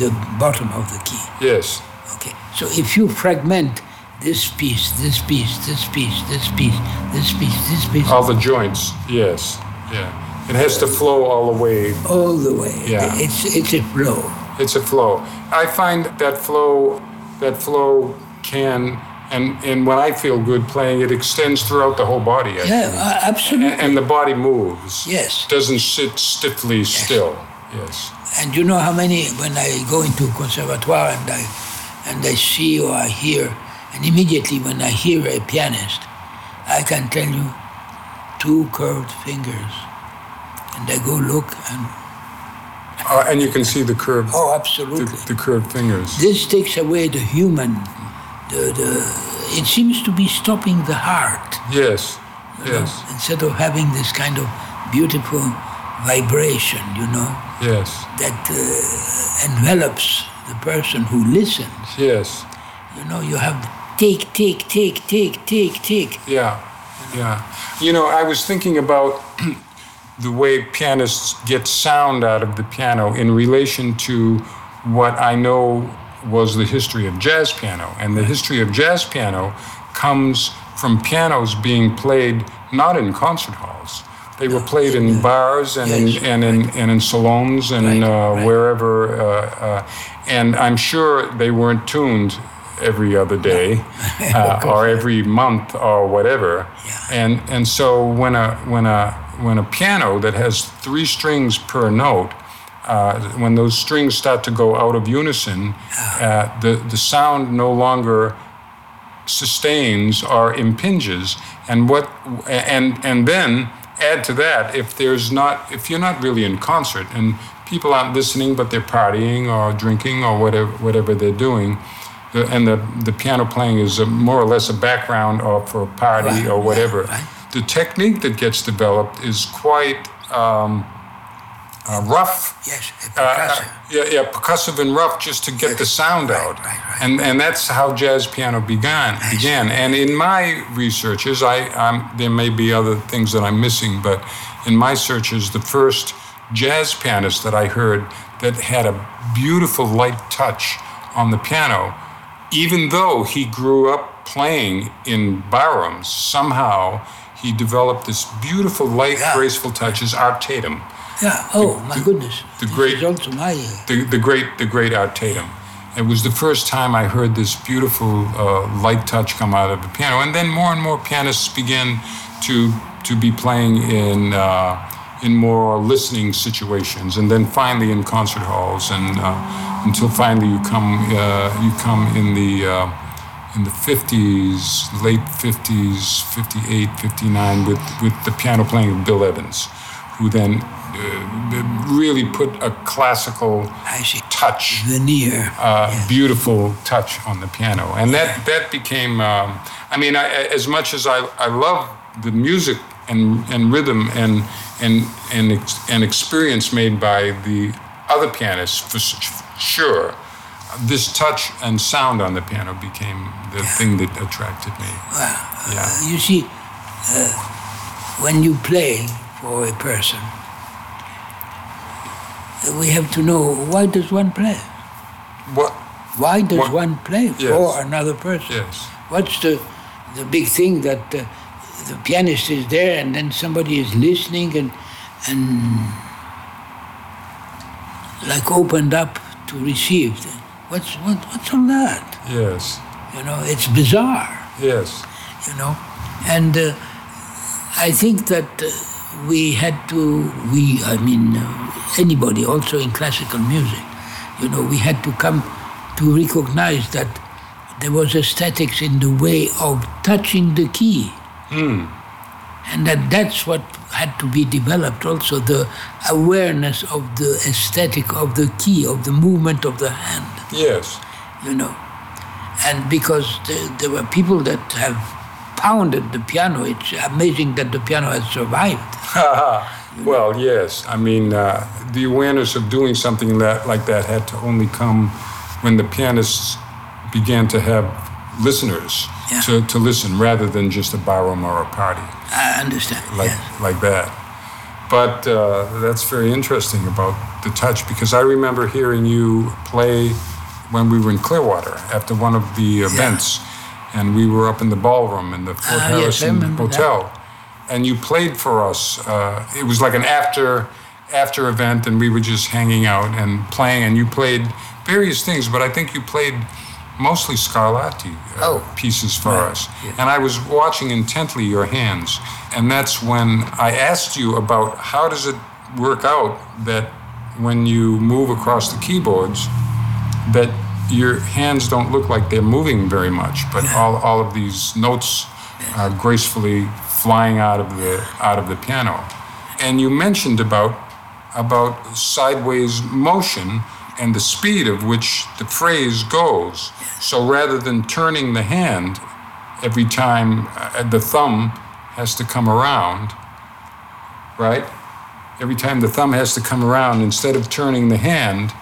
the bottom of the key.
yes.
Okay. So if you fragment this piece, this piece, this piece, this piece, this piece, this piece,
All the joints. Yes. Yeah. It has to flow all the way
all the way,
Yeah.
it's it's a flow.
It's a flow. I find that flow, that flow can, and and when I feel good playing, it extends throughout the whole body. I-
Yeah, a- absolutely.
And the body moves.
Yes.
Doesn't sit stiffly still. Yes.
And you know how many when I go into conservatoire and I and I see or I hear, and immediately when I hear a pianist, I can tell you two curved fingers, and I go look and
Uh, and you can see the curved,
oh,
the,
absolutely.
the curved fingers.
This takes away the human. The, the it seems to be stopping the heart
Yes. Yes.
instead of having this kind of beautiful vibration, you know,
Yes.
that uh, envelops the person who listens.
Yes.
You know, you have tick, tick, tick, tick, tick, tick.
Yeah, yeah. You know, I was thinking about the way pianists get sound out of the piano in relation to what I know was the history of jazz piano. And the history of jazz piano comes from pianos being played not in concert halls. They were played in bars and
Yes.
in, and in, and in salons and
Right,
uh,
right.
wherever. Uh, uh, and I'm sure they weren't tuned every other day uh, or every month or whatever. And and so when a when a when a piano that has three strings per note, uh, when those strings start to go out of unison, uh, the the sound no longer sustains or impinges, and what and and then add to that, if there's not, if you're not really in concert and people aren't listening, but they're partying or drinking or whatever, whatever they're doing, the, Uh, and the, the piano playing is a, more or less a background or for a party
Right,
or whatever.
right.
The technique that gets developed is quite um, uh, rough
Yes, a
uh,
percussive.
yeah, yeah, percussive and rough just to get the sound
Right,
out.
right, right.
And and that's how jazz piano began. Began. And in my researches, I i there may be other things that I'm missing, but in my searches, the first jazz pianist that I heard that had a beautiful light touch on the piano, even though he grew up playing in barrooms, somehow he developed this beautiful light,
Yeah.
graceful touch. Is Art Tatum
yeah. Oh my goodness.
the
This
great-
is also my. uh,
the, the great the great Art Tatum. It was the first time I heard this beautiful uh, light touch come out of the piano, and then more and more pianists began to to be playing in uh, in more listening situations, and then finally in concert halls, and uh, until finally you come uh, you come in the uh, in the 50s, late 50s, 58, 59, with, with the piano playing of Bill Evans, who then uh, really put a classical
I see.
touch,
Veneer.
uh, beautiful touch on the piano. And that, that became, um, I mean, I, as much as I, I love the music and, and rhythm and, and, and, ex- and experience made by the other pianists, for s- sure. This touch and sound on the piano became the thing that attracted me. yeah.
You see, uh, when you play for a person, uh, we have to know why does one play?
What?
Why does
What-
one play
Yes.
for another person?
Yes.
What's the the big thing that uh, the pianist is there and then somebody is listening and and like opened up to receive? What's what, what's all that?
Yes.
You know, it's bizarre
Yes.
you know. And uh, I think that uh, we had to, we, I mean, uh, anybody, also in classical music, you know, we had to come to recognize that there was aesthetics in the way of touching the key. And that that's what had to be developed also the awareness of the aesthetic of the key, of the movement of the hand
Yes.
you know. And because there, there were people that have pounded the piano, it's amazing that the piano has survived.
Well, yes. I mean, uh, the awareness of doing something that like that had to only come when the pianists began to have listeners
Yeah.
to, to listen rather than just a barroom or a party
I understand.
like
yes.
like that. But uh, that's very interesting about the touch because I remember hearing you play when we were in Clearwater after one of the events, and we were up in the ballroom in the Fort
Ah, yes, I
Harrison
remember that.
Hotel, and you played for us. Uh, it was like an after after event, and we were just hanging out and playing, and you played various things, but I think you played mostly Scarlatti uh,
Oh.
pieces for us. And I was watching intently your hands. And that's when I asked you about how does it work out that when you move across the keyboards, that your hands don't look like they're moving very much, but all, all of these notes are gracefully flying out of the out of the piano. And you mentioned about about sideways motion and the speed of which the phrase goes. So rather than turning the hand every time uh, the thumb has to come around, right? Every time the thumb has to come around, instead of turning the hand,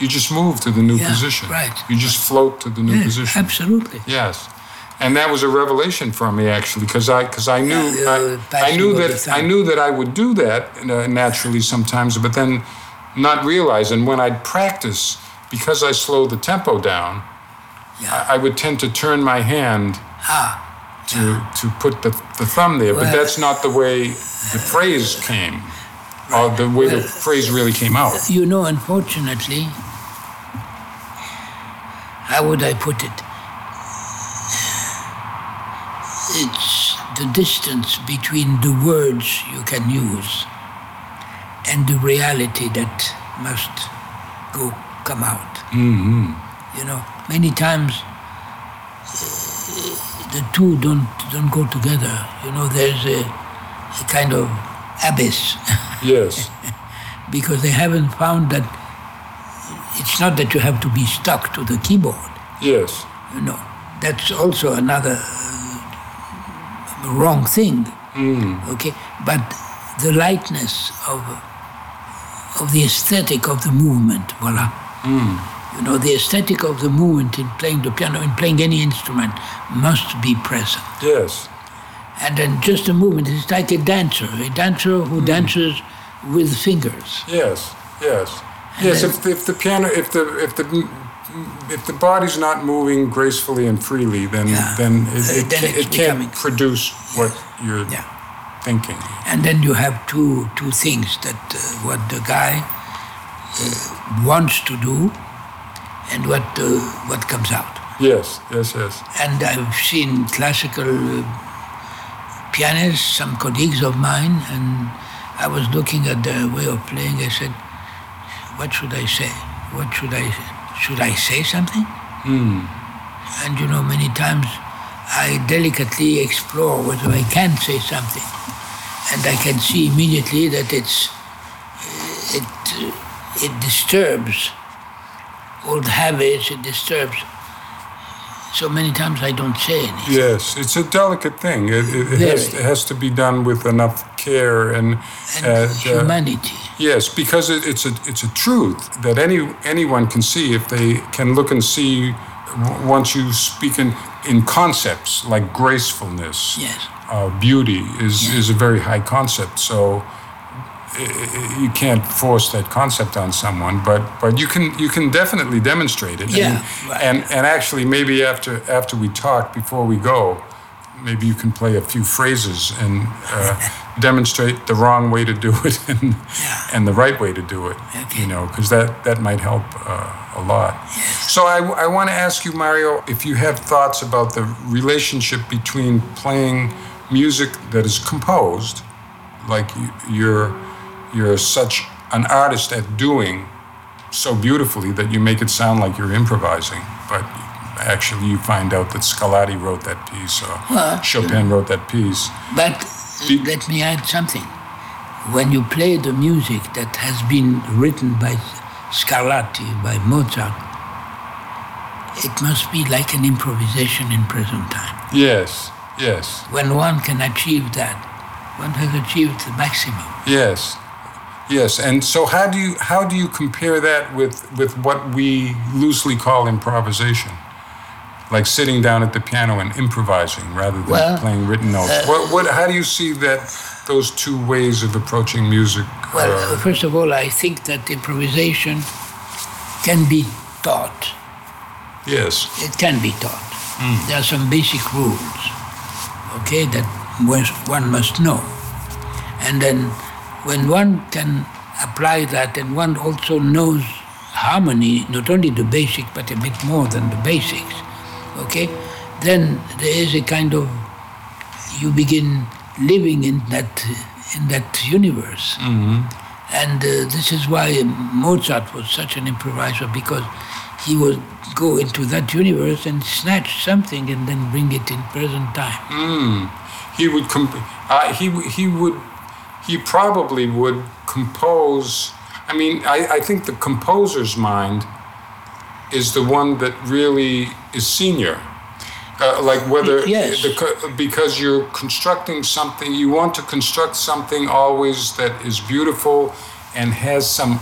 you just move to the new
Yeah,
position.
right.
You just float to the new
Yes,
position.
absolutely.
Yes, and that was a revelation for me actually, because I because I knew
Yeah, uh, the
I, I
passion
knew
of
that
the
I
time.
knew that I would do that uh, naturally sometimes, but then not realize. And when I'd practice, because I slow the tempo down,
Yeah.
I, I would tend to turn my hand
Ah,
to to put the, the thumb there. but
Well-
that's not the way the phrase came, or the way the phrase really came out.
you know, unfortunately, how would I put it? It's the distance between the words you can use and the reality that must go come out. You know, many times uh, the two don't don't go together. You know, there's a a kind of abyss
Yes.
because they haven't found that it's not that you have to be stuck to the keyboard.
Yes.
You know, that's also another uh, wrong thing. Okay, but the lightness of of the aesthetic of the movement, voila. You know, the aesthetic of the movement in playing the piano, in playing any instrument, must be present.
Yes.
And then just a movement is like a dancer, a dancer who dances with fingers.
Yes. Yes. Yes.
then-
If, if the piano, if the if the if the body's not moving gracefully and freely, then
Yeah.
then it, it,
Then
ca-
it's
it can't
becoming-
produce what you're
Yeah.
thinking.
And then you have two two things that uh, what the guy uh, wants to do and what uh, what comes out.
Yes. Yes. Yes.
And I've seen classical uh, pianists, some colleagues of mine, and I was looking at their way of playing. I said, "What should I say? What should I should I say something?" And you know, many times I delicately explore whether I can say something, and I can see immediately that it's it uh, it disturbs old habits. It disturbs. So many times I don't say anything.
Yes, it's a delicate thing. It, it, it, has,
Very.
it has to be done with enough care and,
and
uh, uh,
humanity.
yes, because it, it's a it's a truth that any anyone can see if they can look and see. w- Once you speak in, in concepts like gracefulness,
Yes.
uh, beauty is is a very high concept. So i- i- you can't force that concept on someone, but but you can you can definitely demonstrate it.
Yeah,
And,
right.
and and actually, maybe after after we talk, before we go, maybe you can play a few phrases and uh, demonstrate the wrong way to do it and
Yeah.
and the right way to do it.
Okay.
You know, because that that might help uh, a lot. So I I want to ask you, Mario, if you have thoughts about the relationship between playing music that is composed like you- you're you're such an artist at doing so beautifully that you make it sound like you're improvising but actually you find out that Scarlatti wrote that piece or
Well,
Chopin wrote that piece
But let me add something. When you play the music that has been written by Scarlatti, by Mozart, it must be like an improvisation in present time.
yes yes
When one can achieve that, one has achieved the maximum.
yes yes and so how do you how do you compare that with with what we loosely call improvisation like sitting down at the piano and improvising rather than
Well, uh,
playing written notes what, what how do you see that those two ways of approaching music
Well,
uh,
first of all, I think that improvisation can be taught. uh,
yes
it can be taught. There are some basic rules, okay, that was- one must know. And then when one can apply that and one also knows harmony, not only the basic, but a bit more than the basics, okay, then there is a kind of, you begin living in that, in that universe. And uh, this is why Mozart was such an improviser because he would go into that universe and snatch something and then bring it in present time.
he would comp- uh, he w- he would he probably would compose i mean I, I think the composer's mind is the one that really is senior uh, like whether
Yes.
the, co- because you're constructing something you want to construct something always that is beautiful and has some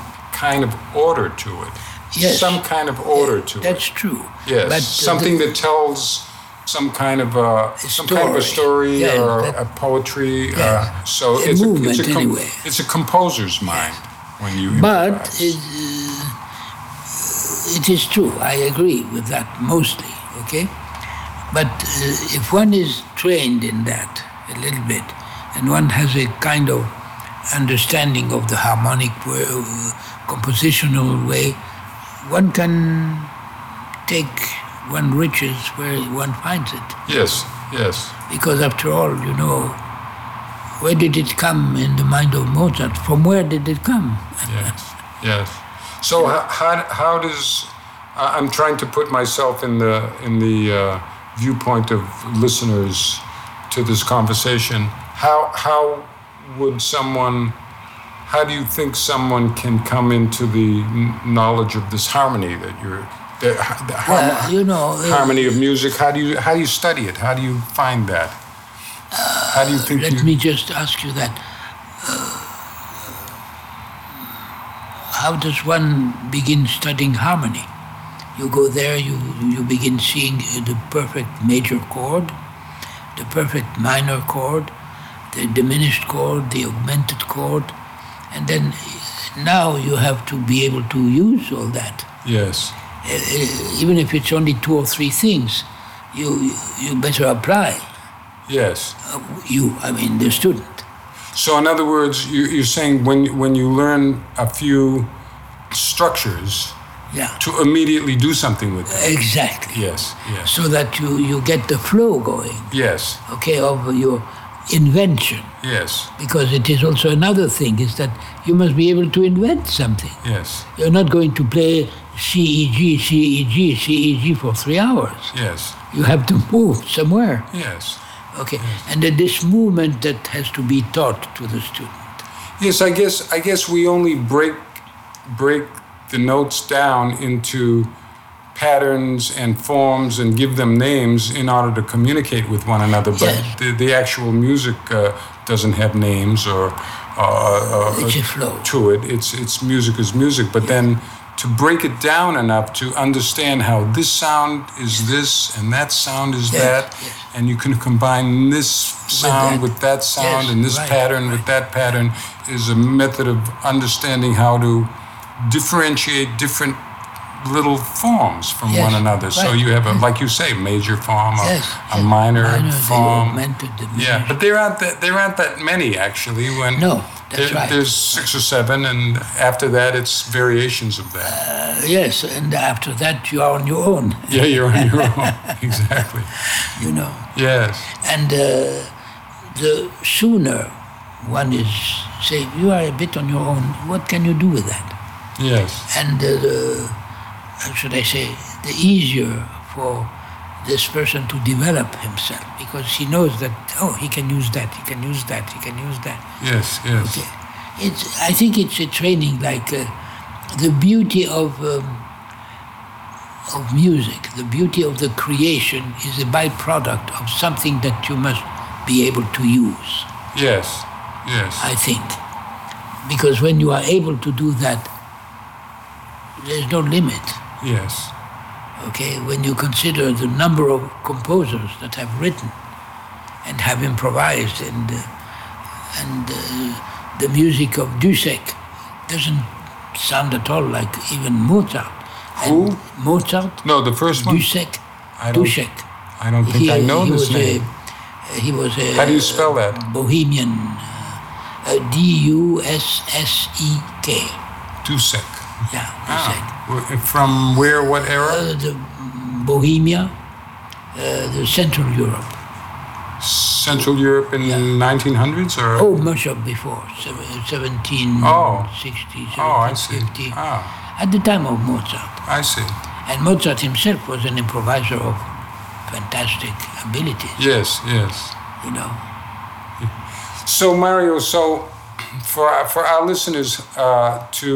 kind of order to it
Yes.
some kind of order to it
That's true.
Yes,
But uh,
something
the-
that tells some kind of a, some kind of a
story.
story
Yeah,
or
that-
a poetry. Uh,
Yes.
so
A
it's
movement
a, it's a,
anyway.
it's a composer's mind when you
But
improvise.
it, uh, it is true. I agree with that mostly. Okay, but uh, if one is trained in that a little bit, and one has a kind of understanding of the harmonic way, uh, compositional way, one can take one riches where one finds it.
yes, yes,
Because after all, you know, where did it come in the mind of Mozart? From where did it come?
yes, yes. So ho- how how does I- I'm trying to put myself in the in the uh, viewpoint of listeners to this conversation. How how would someone how do you think someone can come into the n- knowledge of this harmony that you're the, the har-
Well, you know, uh,
harmony of music how do you how do you study it how do you find that how do you think
Uh, Let
you,
me just ask you that. Uh, how does one begin studying harmony? You go there, you, you begin seeing the perfect major chord, the perfect minor chord, the diminished chord, the augmented chord, and then now you have to be able to use all that
yes
even if it's only two or three things, you you better apply.
yes
Uh, You, I mean, the student.
So, in other words, you, you're saying when when you learn a few structures,
Yeah,
to immediately do something with them.
exactly.
Yes, yes,
So that you you get the flow going,
yes,
okay, of your invention.
yes,
Because it is also another thing is that you must be able to invent something.
yes,
You're not going to play C E G C E G C E G for three hours.
yes,
You have to move somewhere,
yes.
okay? And then this movement that has to be taught to the student.
Yes, I guess I guess we only break break the notes down into patterns and forms and give them names in order to communicate with one another. But
Yes.
the, the actual music uh, doesn't have names or. Uh, uh,
It's a flow.
to it. It's it's music is music, but then to break it down enough to understand how this sound is this and that sound is
Yes,
that,
yes.
and you can combine this sound
that.
with that sound
Yes,
and this
right,
pattern with that pattern is a method of understanding how to differentiate different little forms from
Yes,
one another. So
right.
you have a like you say major form, a,
Yes,
a minor,
I know they
form.
augmented the
Yeah,
measure.
but there aren't that there aren't that many actually. When
No, that's right.
There's six or seven, and after that, it's variations of that.
yes, and after that you are on your own,
Yeah, you're on your own. Exactly.
you know.
Yes.
And uh, the sooner one is say you are a bit on your own, what can you do with that?
Yes.
And uh, the, how should I say, the easier for this person to develop himself because he knows that oh he can use that, he can use that, he can use that.
Yes. Yes.
It's, I think it's a training like uh, the beauty of um, of music, the beauty of the creation is a byproduct of something that you must be able to use.
Yes. Yes.
I think, because when you are able to do that, there's no limit.
Yes.
Okay, when you consider the number of composers that have written and have improvised and uh, and uh, the music of Dussek doesn't sound at all like even Mozart. And
Who?
Mozart,
No, the first one.
Dussek,
I don't-
Dussek.
I don't think I know
he
this
was
name.
A, he was a
How do you spell that?
Bohemian, uh, D U S S E K.
Dusek.
Yeah, Dussek.
Ah. Wh- From where? What era?
Uh, the Bohemia, uh, the Central Europe.
Central Europe in 1900s or?
Uh, Oh, much of before, seven- 1760,
Oh. Oh, I see.
1750.
Ah,
At the time of Mozart.
I see.
And Mozart himself was an improviser of fantastic abilities,
Yes. Yes.
you know.
So Mario, so for our- for our listeners uh, to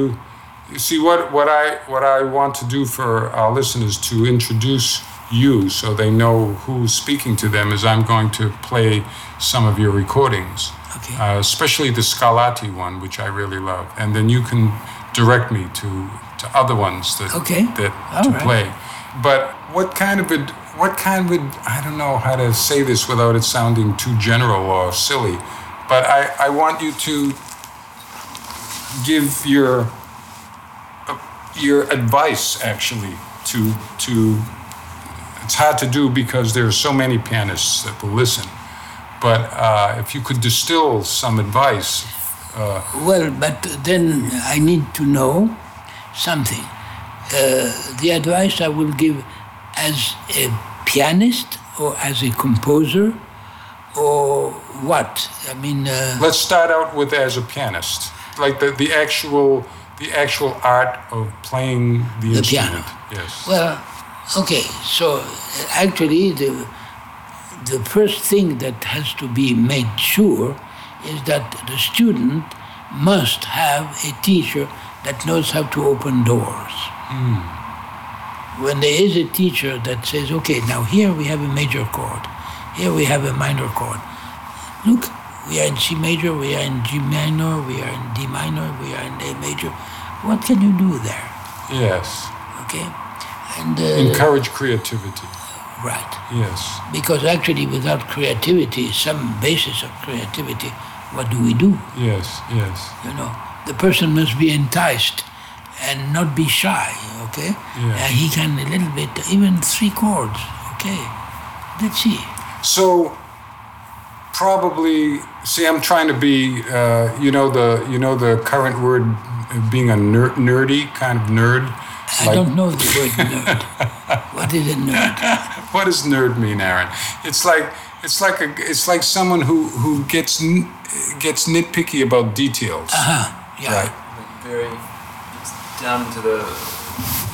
you see what what I what I want to do for our listeners to introduce you so they know who's speaking to them is I'm going to play some of your recordings,
Okay.
uh, especially the Scarlatti one, which I really love, and then you can direct me to to other ones that
Okay.
that
All
to
right.
play. But what kind of ad- what kind of ad- I don't know how to say this without it sounding too general or silly, but I, I want you to give your uh, your advice actually to to it's hard to do because there are so many pianists that will listen. But uh, if you could distill some advice, uh,
Well, but then I need to know something. Uh, the advice I will give as a pianist or as a composer or what? I mean, uh,
let's start out with as a pianist, like the, the actual the actual art of playing the,
The piano.
instrument. Yes.
well, okay, so uh, actually the, the first thing that has to be made sure is that the student must have a teacher that knows how to open doors. When there is a teacher that says, okay, now here we have a major chord, here we have a minor chord. Look, we are in C major, we are in G minor, we are in D minor, we are in A major. What can you do there?
Yes.
Okay? And, uh,
Encourage creativity.
right.
Yes.
Because actually, without creativity, some basis of creativity, what do we do?
Yes. Yes.
You know, the person must be enticed and not be shy. Okay,
Yeah.
and he can a little bit, even three chords. Okay, let's see.
So probably see, I'm trying to be, uh, you know, the you know the current word uh, being a ner- nerdy kind of nerd.
I don't know the word nerd. what is a nerd?
What does nerd mean, Aaron? It's like it's like a it's like someone who who gets n- gets nitpicky about details.
Ah, yeah,
Right.
Like very it's down to the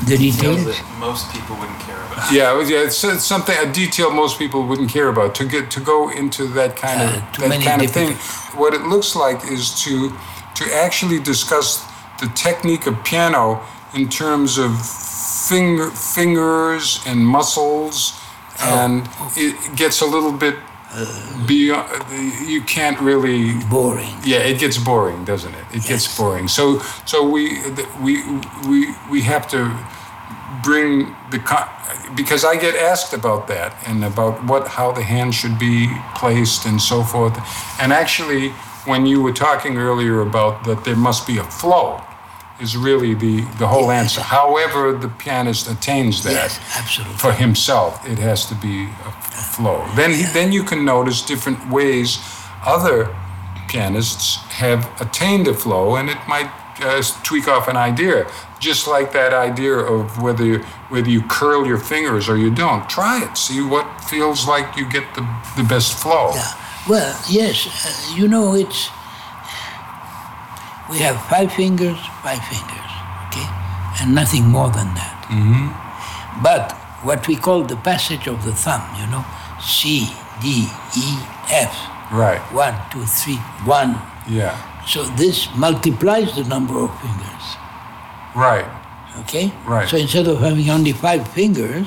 the
details
details.
that most people wouldn't care about.
Yeah, it was- yeah, it's, it's something a detail most people wouldn't care about. To get to go into that kind of
Uh, too
that
many
kind of thing,
different-
what it looks like is to to actually discuss the technique of piano in terms of finger fingers and muscles,
Oh,
and it gets a little bit
Uh,
beyond. You can't really
Boring.
yeah, it gets boring, doesn't it? It gets boring. So so we th- we we we have to bring the co- because I get asked about that and about what how the hand should be placed and so forth. And actually, when you were talking earlier about that, there must be a flow. Is really the the whole answer. However, the pianist attains that
Yes, absolutely.
for himself, it has to be a, a flow. Then, he, then you can notice different ways other pianists have attained a flow, and it might uh, tweak off an idea. Just like that idea of whether you, whether you curl your fingers or you don't. Try it. See what feels like you get the, the best flow.
Yeah. Uh, Well, yes, uh, you know, it's. We have five fingers, five fingers, okay? And nothing more than that. Mm-hmm. But what we call the passage of the thumb, you know, C, D, E, F.
Right.
One, two, three, one.
Yeah.
So this multiplies the number of fingers,
Right.
okay?
Right.
So instead of having only five fingers,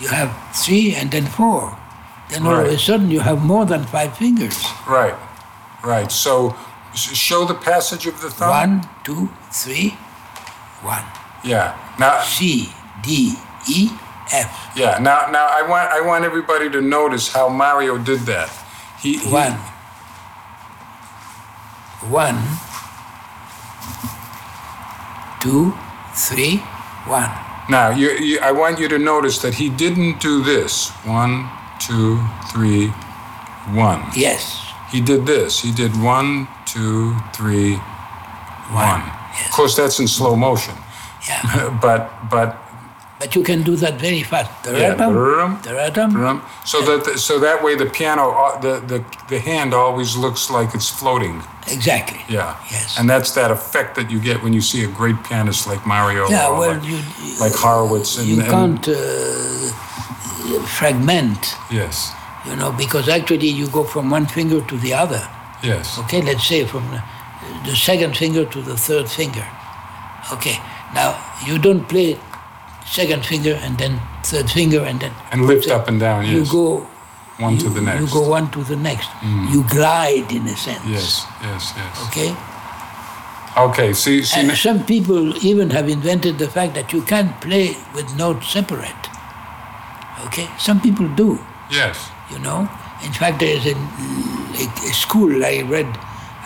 you have three and then four. Then all of a
Right.
sudden you have more than five fingers.
Right. Right. So, s- show the passage of the thumb.
One, two, three, one.
Yeah. Now,
C, D, E, F.
Yeah. Now, now I want I want everybody to notice how Mario did that. He, he
One. One, two, three, one.
Now, you, you, I want you to notice that he didn't do this. One, two, three, one.
Yes.
He did this. He did one, two, three, one. Of course, that's in slow motion,
Yeah.
but but
But you can do that very fast.
yeah.
Taratum, taratum.
brum. So that the, so that way the piano uh, the, the the hand always looks like it's floating.
Exactly.
Yeah.
Yes.
And that's that effect that you get when you see a great pianist like Mario.
Yeah,
or
well,
like,
you,
like Horowitz and,
you
and-
can't uh, fragment,
yes,
you know, because actually you go from one finger to the other.
yes,
Okay, let's say from the- the second finger to the third finger. Okay, now you don't play second finger and then third finger and then
and lift up and down.
you
Yes,
go
one to
you-
the next. Mm.
You go one to the next. You glide in a sense.
yes, yes, yes.
Okay.
Okay, see, see,
And some people even have invented the fact that you can play with notes separate. Okay. Some people do.
yes,
you know. In fact, there is a, a, a school I read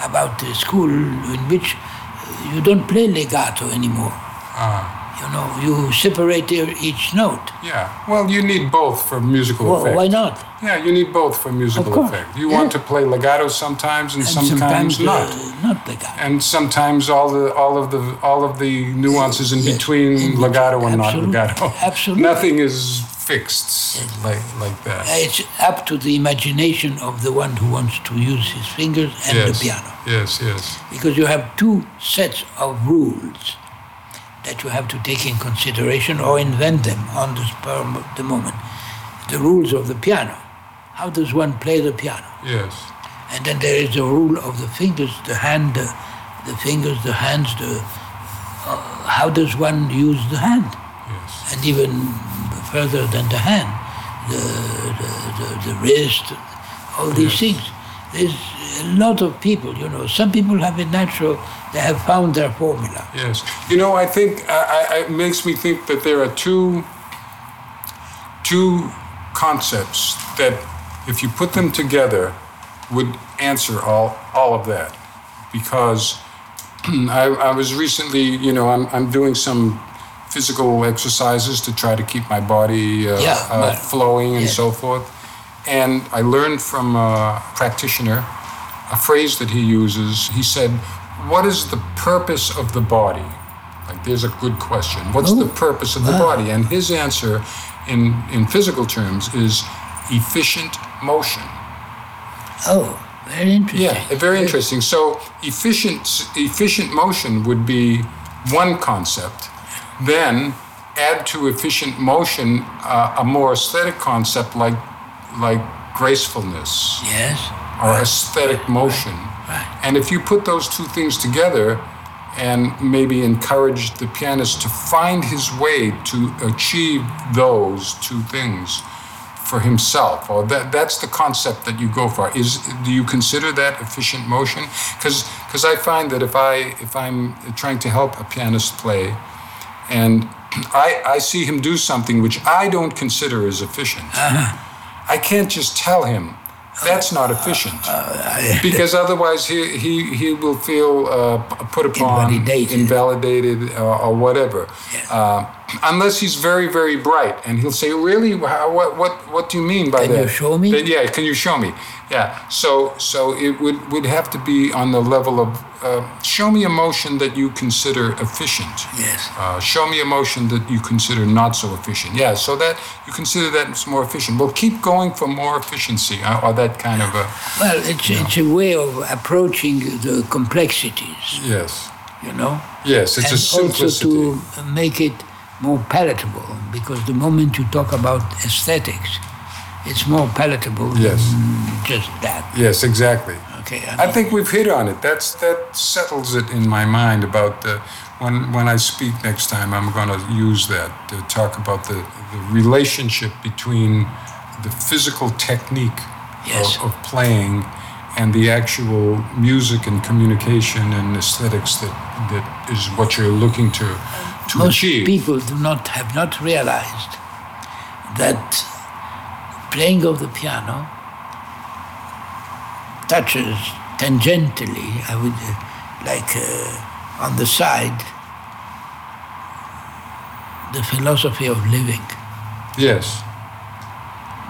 about a school in which uh, you don't play legato anymore.
Ah.
You know, you separate e- each note.
yeah. Well, you need both for musical
Well,
effect.
why not?
Yeah, you need both for musical
course,
effect. You
yeah.
want to play legato sometimes, and, sometimes, not.
uh, not legato.
and sometimes all the all of the all of the nuances in
Yes,
between
in
legato and not
absolute-
legato.
absolutely.
Nothing is fixed like like that.
It's up to the imagination of the one who wants to use his fingers and
yes.
the piano,
Yes, yes.
because you have two sets of rules that you have to take in consideration or invent them on the spur of the moment. The rules of the piano. How does one play the piano?
Yes.
And then there is the rule of the fingers, the hand, the, the fingers, the hands, the uh, how does one use the hand?
Yes.
and even further than the hand, the, the, the, the wrist, all these things. There's a lot of people, you know. Some people have it natural, they have found their formula.
Yes. You know, I think I, I, it makes me think that there are two two concepts that, if you put them together, would answer all all of that. Because I, I was recently, you know, I'm I'm doing some physical exercises to try to keep my body uh,
Yeah,
uh,
but-
flowing and
yeah.
so forth. And I learned from a practitioner a phrase that he uses. He said, What is the purpose of the body? Like, there's a good question. What's the purpose of the body? And his answer in, in physical terms is efficient motion.
Oh, very interesting.
Yeah, very interesting. So efficient efficient motion would be one concept. Then add to efficient motion uh, a more aesthetic concept like like gracefulness
Yes.
or aesthetic motion. And if you put those two things together and maybe encourage the pianist to find his way to achieve those two things for himself or that that's the concept that you go for is do you consider that efficient motion cuz cuz I find that if I if I'm trying to help a pianist play and I I see him do something which I don't consider as efficient I can't just tell him that's not efficient because otherwise he he, he will feel uh, p- put upon,
Invalidated.
invalidated, uh, or whatever. Uh, unless he's very very bright, and he'll say, "Really? How, what what what do you mean by
Can
that?"
you show me?
Then, yeah, can you show me? Yeah. So so it would would have to be on the level of uh, show me a motion that you consider efficient.
Yes.
Uh, show me a motion that you consider not so efficient. Yeah, so that you consider that it's more efficient. Well, keep going for more efficiency uh, or that kind of a.
Well, it's, it's a way of approaching the complexities,
Yes.
you know.
Yes, it's
and
a simplicity.
also to make it more palatable, because the moment you talk about aesthetics, it's more palatable
Yes.
than just that.
yes, exactly.
Okay.
I think we've hit on it. That's that settles it in my mind about the when when I speak next time. I'm going to use that to talk about the, the relationship between the physical technique
Yes.
of, of playing and the actual music and communication and aesthetics that that is what you're looking to to
most
achieve.
people do not have not realized that playing of the piano touches tangentially, I would uh, like uh, on the side, the philosophy of living
yes.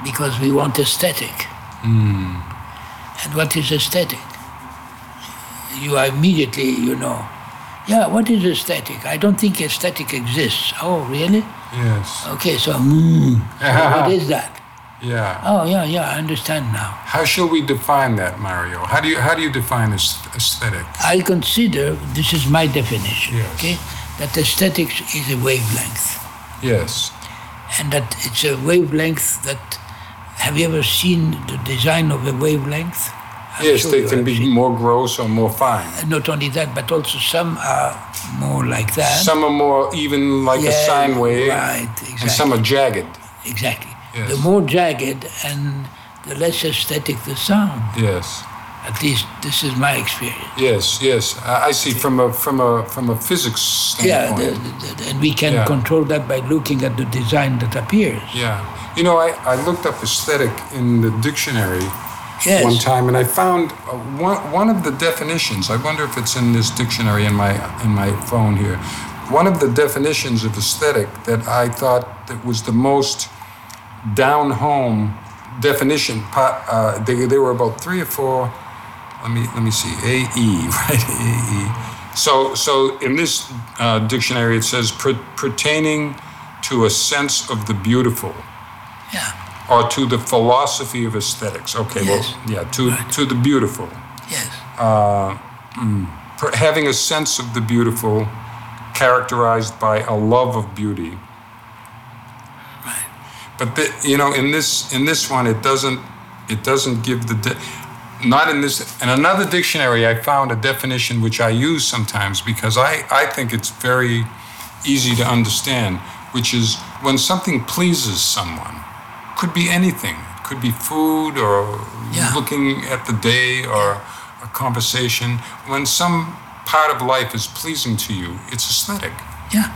because we want aesthetic. And what is aesthetic? You are immediately, you know, yeah, what is aesthetic? I don't think aesthetic exists. Oh, really?
Yes.
Okay, so, mm, so what is that?
Yeah.
Oh, yeah, yeah, I understand now.
How shall we define that, Mario? How do you how do you define aes- aesthetic?
I consider, this is my definition,
Yes.
okay, that aesthetics is a wavelength.
Yes.
And that it's a wavelength that, have you ever seen the design of a wavelength? I'm
yes,
sure
they
you
can
have
be
seen.
more gross or more fine.
And not only that, but also some are more like that.
Some are more even like a
Yeah,
sine wave,
Right,
and some
exactly.
are jagged.
Exactly.
Yes.
The more jagged and the less aesthetic the sound.
Yes,
At least this is my experience.
yes, yes. I, I see from a from a from a physics
Yeah,
standpoint.
the, the, the- and we can
Yeah.
control that by looking at the design that appears.
yeah. You know, I, I looked up aesthetic in the dictionary
Yes.
one time, and I found uh, one, one of the definitions. I wonder if it's in this dictionary in my in my phone here. One of the definitions of aesthetic that I thought that was the most down home definition. po- Uh, they, they were about three or four. Let me let me see. A E right A E. So so in this uh, dictionary it says per- pertaining to a sense of the beautiful
Yeah,
or to the philosophy of aesthetics. Okay,
Yes.
well, yeah, to to the beautiful,
yes.
per, having a sense of the beautiful, characterized by a love of beauty. But the, you know, in this in this one, it doesn't it doesn't give the. De- not in this. In another dictionary, I found a definition which I use sometimes because I, I think it's very easy to understand, which is when something pleases someone. Could be anything. Could be food or
Yeah.
looking at the day or a conversation. When some part of life is pleasing to you, it's aesthetic.
Yeah.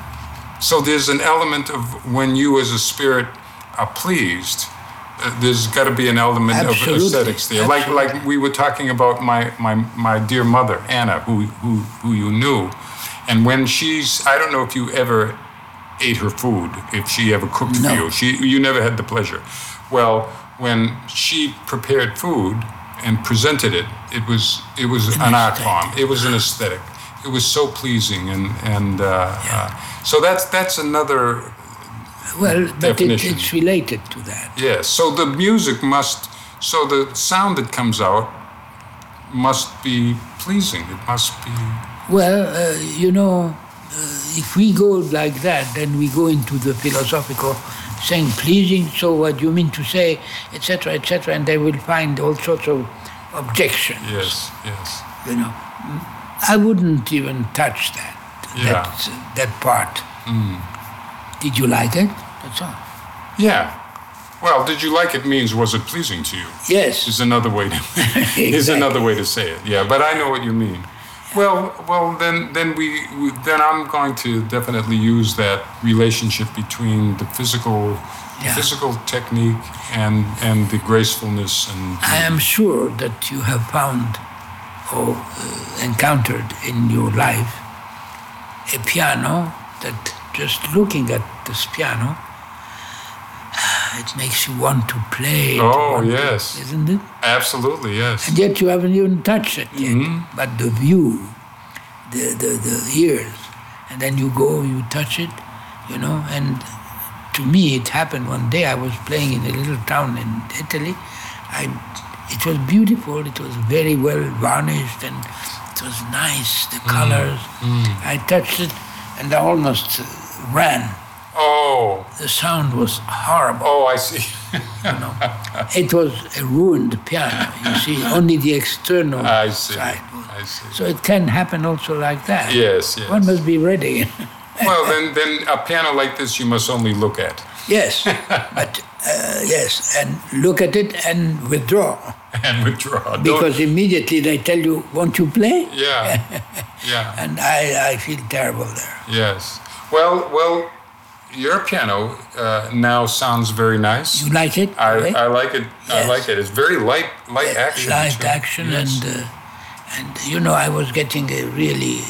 So there's an element of when you as a spirit are pleased, uh, there's got to be an element
Absolutely.
of aesthetics there. Like like
Absolutely.
we were talking about my, my my dear mother Anna, who who who you knew, and when she's I don't know if you ever ate her food, if she ever cooked
No.
for you. She you never had the pleasure. Well, when she prepared food and presented it, it was it was an art form. It was an aesthetic. It was so pleasing, and and uh, uh, so that's that's another
Well, but it,
Definition.
it's related to that.
yeah, so the music must, so the sound that comes out must be pleasing. It must be.
Well, uh, you know, uh, if we go like that, then we go into the philosophical saying pleasing, so what you mean to say, etc., etc., and they will find all sorts of objections.
Yes, yes.
you know. I wouldn't even touch that.
Yeah. Mm.
That, that part. Did you like it? That's all.
Yeah. Well, did you like it means was it pleasing to you?
Yes.
Is another way to is
Exactly.
another way to say it. Yeah, but I know what you mean. Well, well, then then we, we then I'm going to definitely use that relationship between the physical
Yeah.
physical technique and and the gracefulness and
I am sure that you have found or uh, encountered in your life a piano that just looking at this piano, uh, it makes you want to play. to
Oh,
want to-
yes.
Isn't it?
absolutely yes.
And yet you haven't even touched it yet. But the view, the, the, the ears, and then you go, you touch it, you know. And to me, it happened one day. I was playing in a little town in Italy. I, it was beautiful. It was very well varnished, and it was nice. The colors. I touched it, and I almost uh, ran.
Oh,
The sound was horrible.
Oh, I see.
It was a ruined piano, you see, only the external
I see.
side. was-
I see.
So it can happen also like that.
Yes, yes.
One must be ready.
Well, then, then a piano like this you must only look at.
yes, but uh, yes, and look at it and withdraw
and withdraw. Don't-
because immediately they tell you, "Won't you play?"
yeah, yeah,
And I, I feel terrible there.
yes. Well, well, your piano uh, now sounds very nice.
You like it?
I,
Ray?
I like it. I
Yes.
like it. It's very light, light action.
live
too.
action
Yes.
and uh, and you know I was getting a really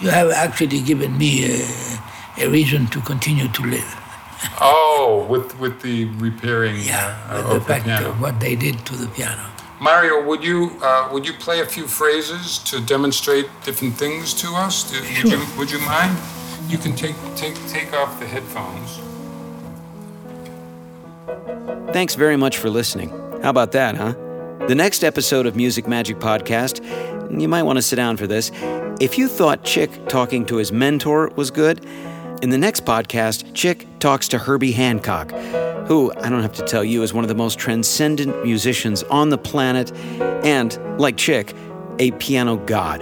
you have actually given me a, a reason to continue to live.
oh, with with the repairing
Yeah,
uh,
with
of
the
the
fact
piano.
of what they did to the piano.
Mario, would you uh, would you play a few phrases to demonstrate different things to us? Do- Would you, would you mind? You can take take take off the headphones.
Thanks very much for listening. How about that, huh? The next episode of Music Magic Podcast, you might want to sit down for this. If you thought Chick talking to his mentor was good, in the next podcast, Chick talks to Herbie Hancock, who, I don't have to tell you, is one of the most transcendent musicians on the planet and, like Chick, a piano god.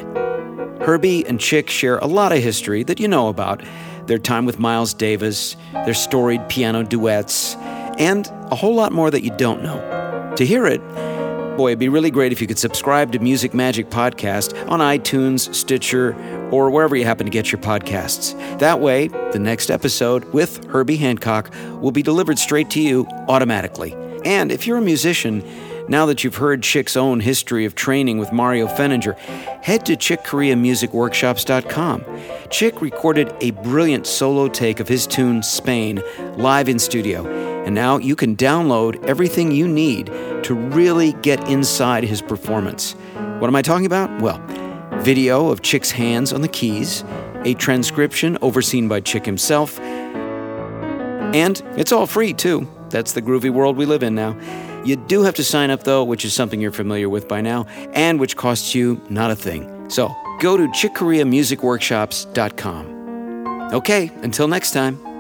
Herbie and Chick share a lot of history that you know about their time with Miles Davis, their storied piano duets, and a whole lot more that you don't know. To hear it, boy, it'd be really great if you could subscribe to Music Magic Podcast on iTunes, Stitcher, or wherever you happen to get your podcasts. That way, the next episode with Herbie Hancock will be delivered straight to you automatically. And if you're a musician, now that you've heard Chick's own history of training with Mario Fenninger, head to chickkoreamusicworkshops.com. Chick recorded a brilliant solo take of his tune Spain live in studio, and now you can download everything you need to really get inside his performance. What am I talking about? Well, video of Chick's hands on the keys, a transcription overseen by Chick himself, and it's all free, too. That's the groovy world we live in now. You do have to sign up, though, which is something you're familiar with by now, and which costs you not a thing. So go to chickkoreamusicworkshops.com. Okay, until next time.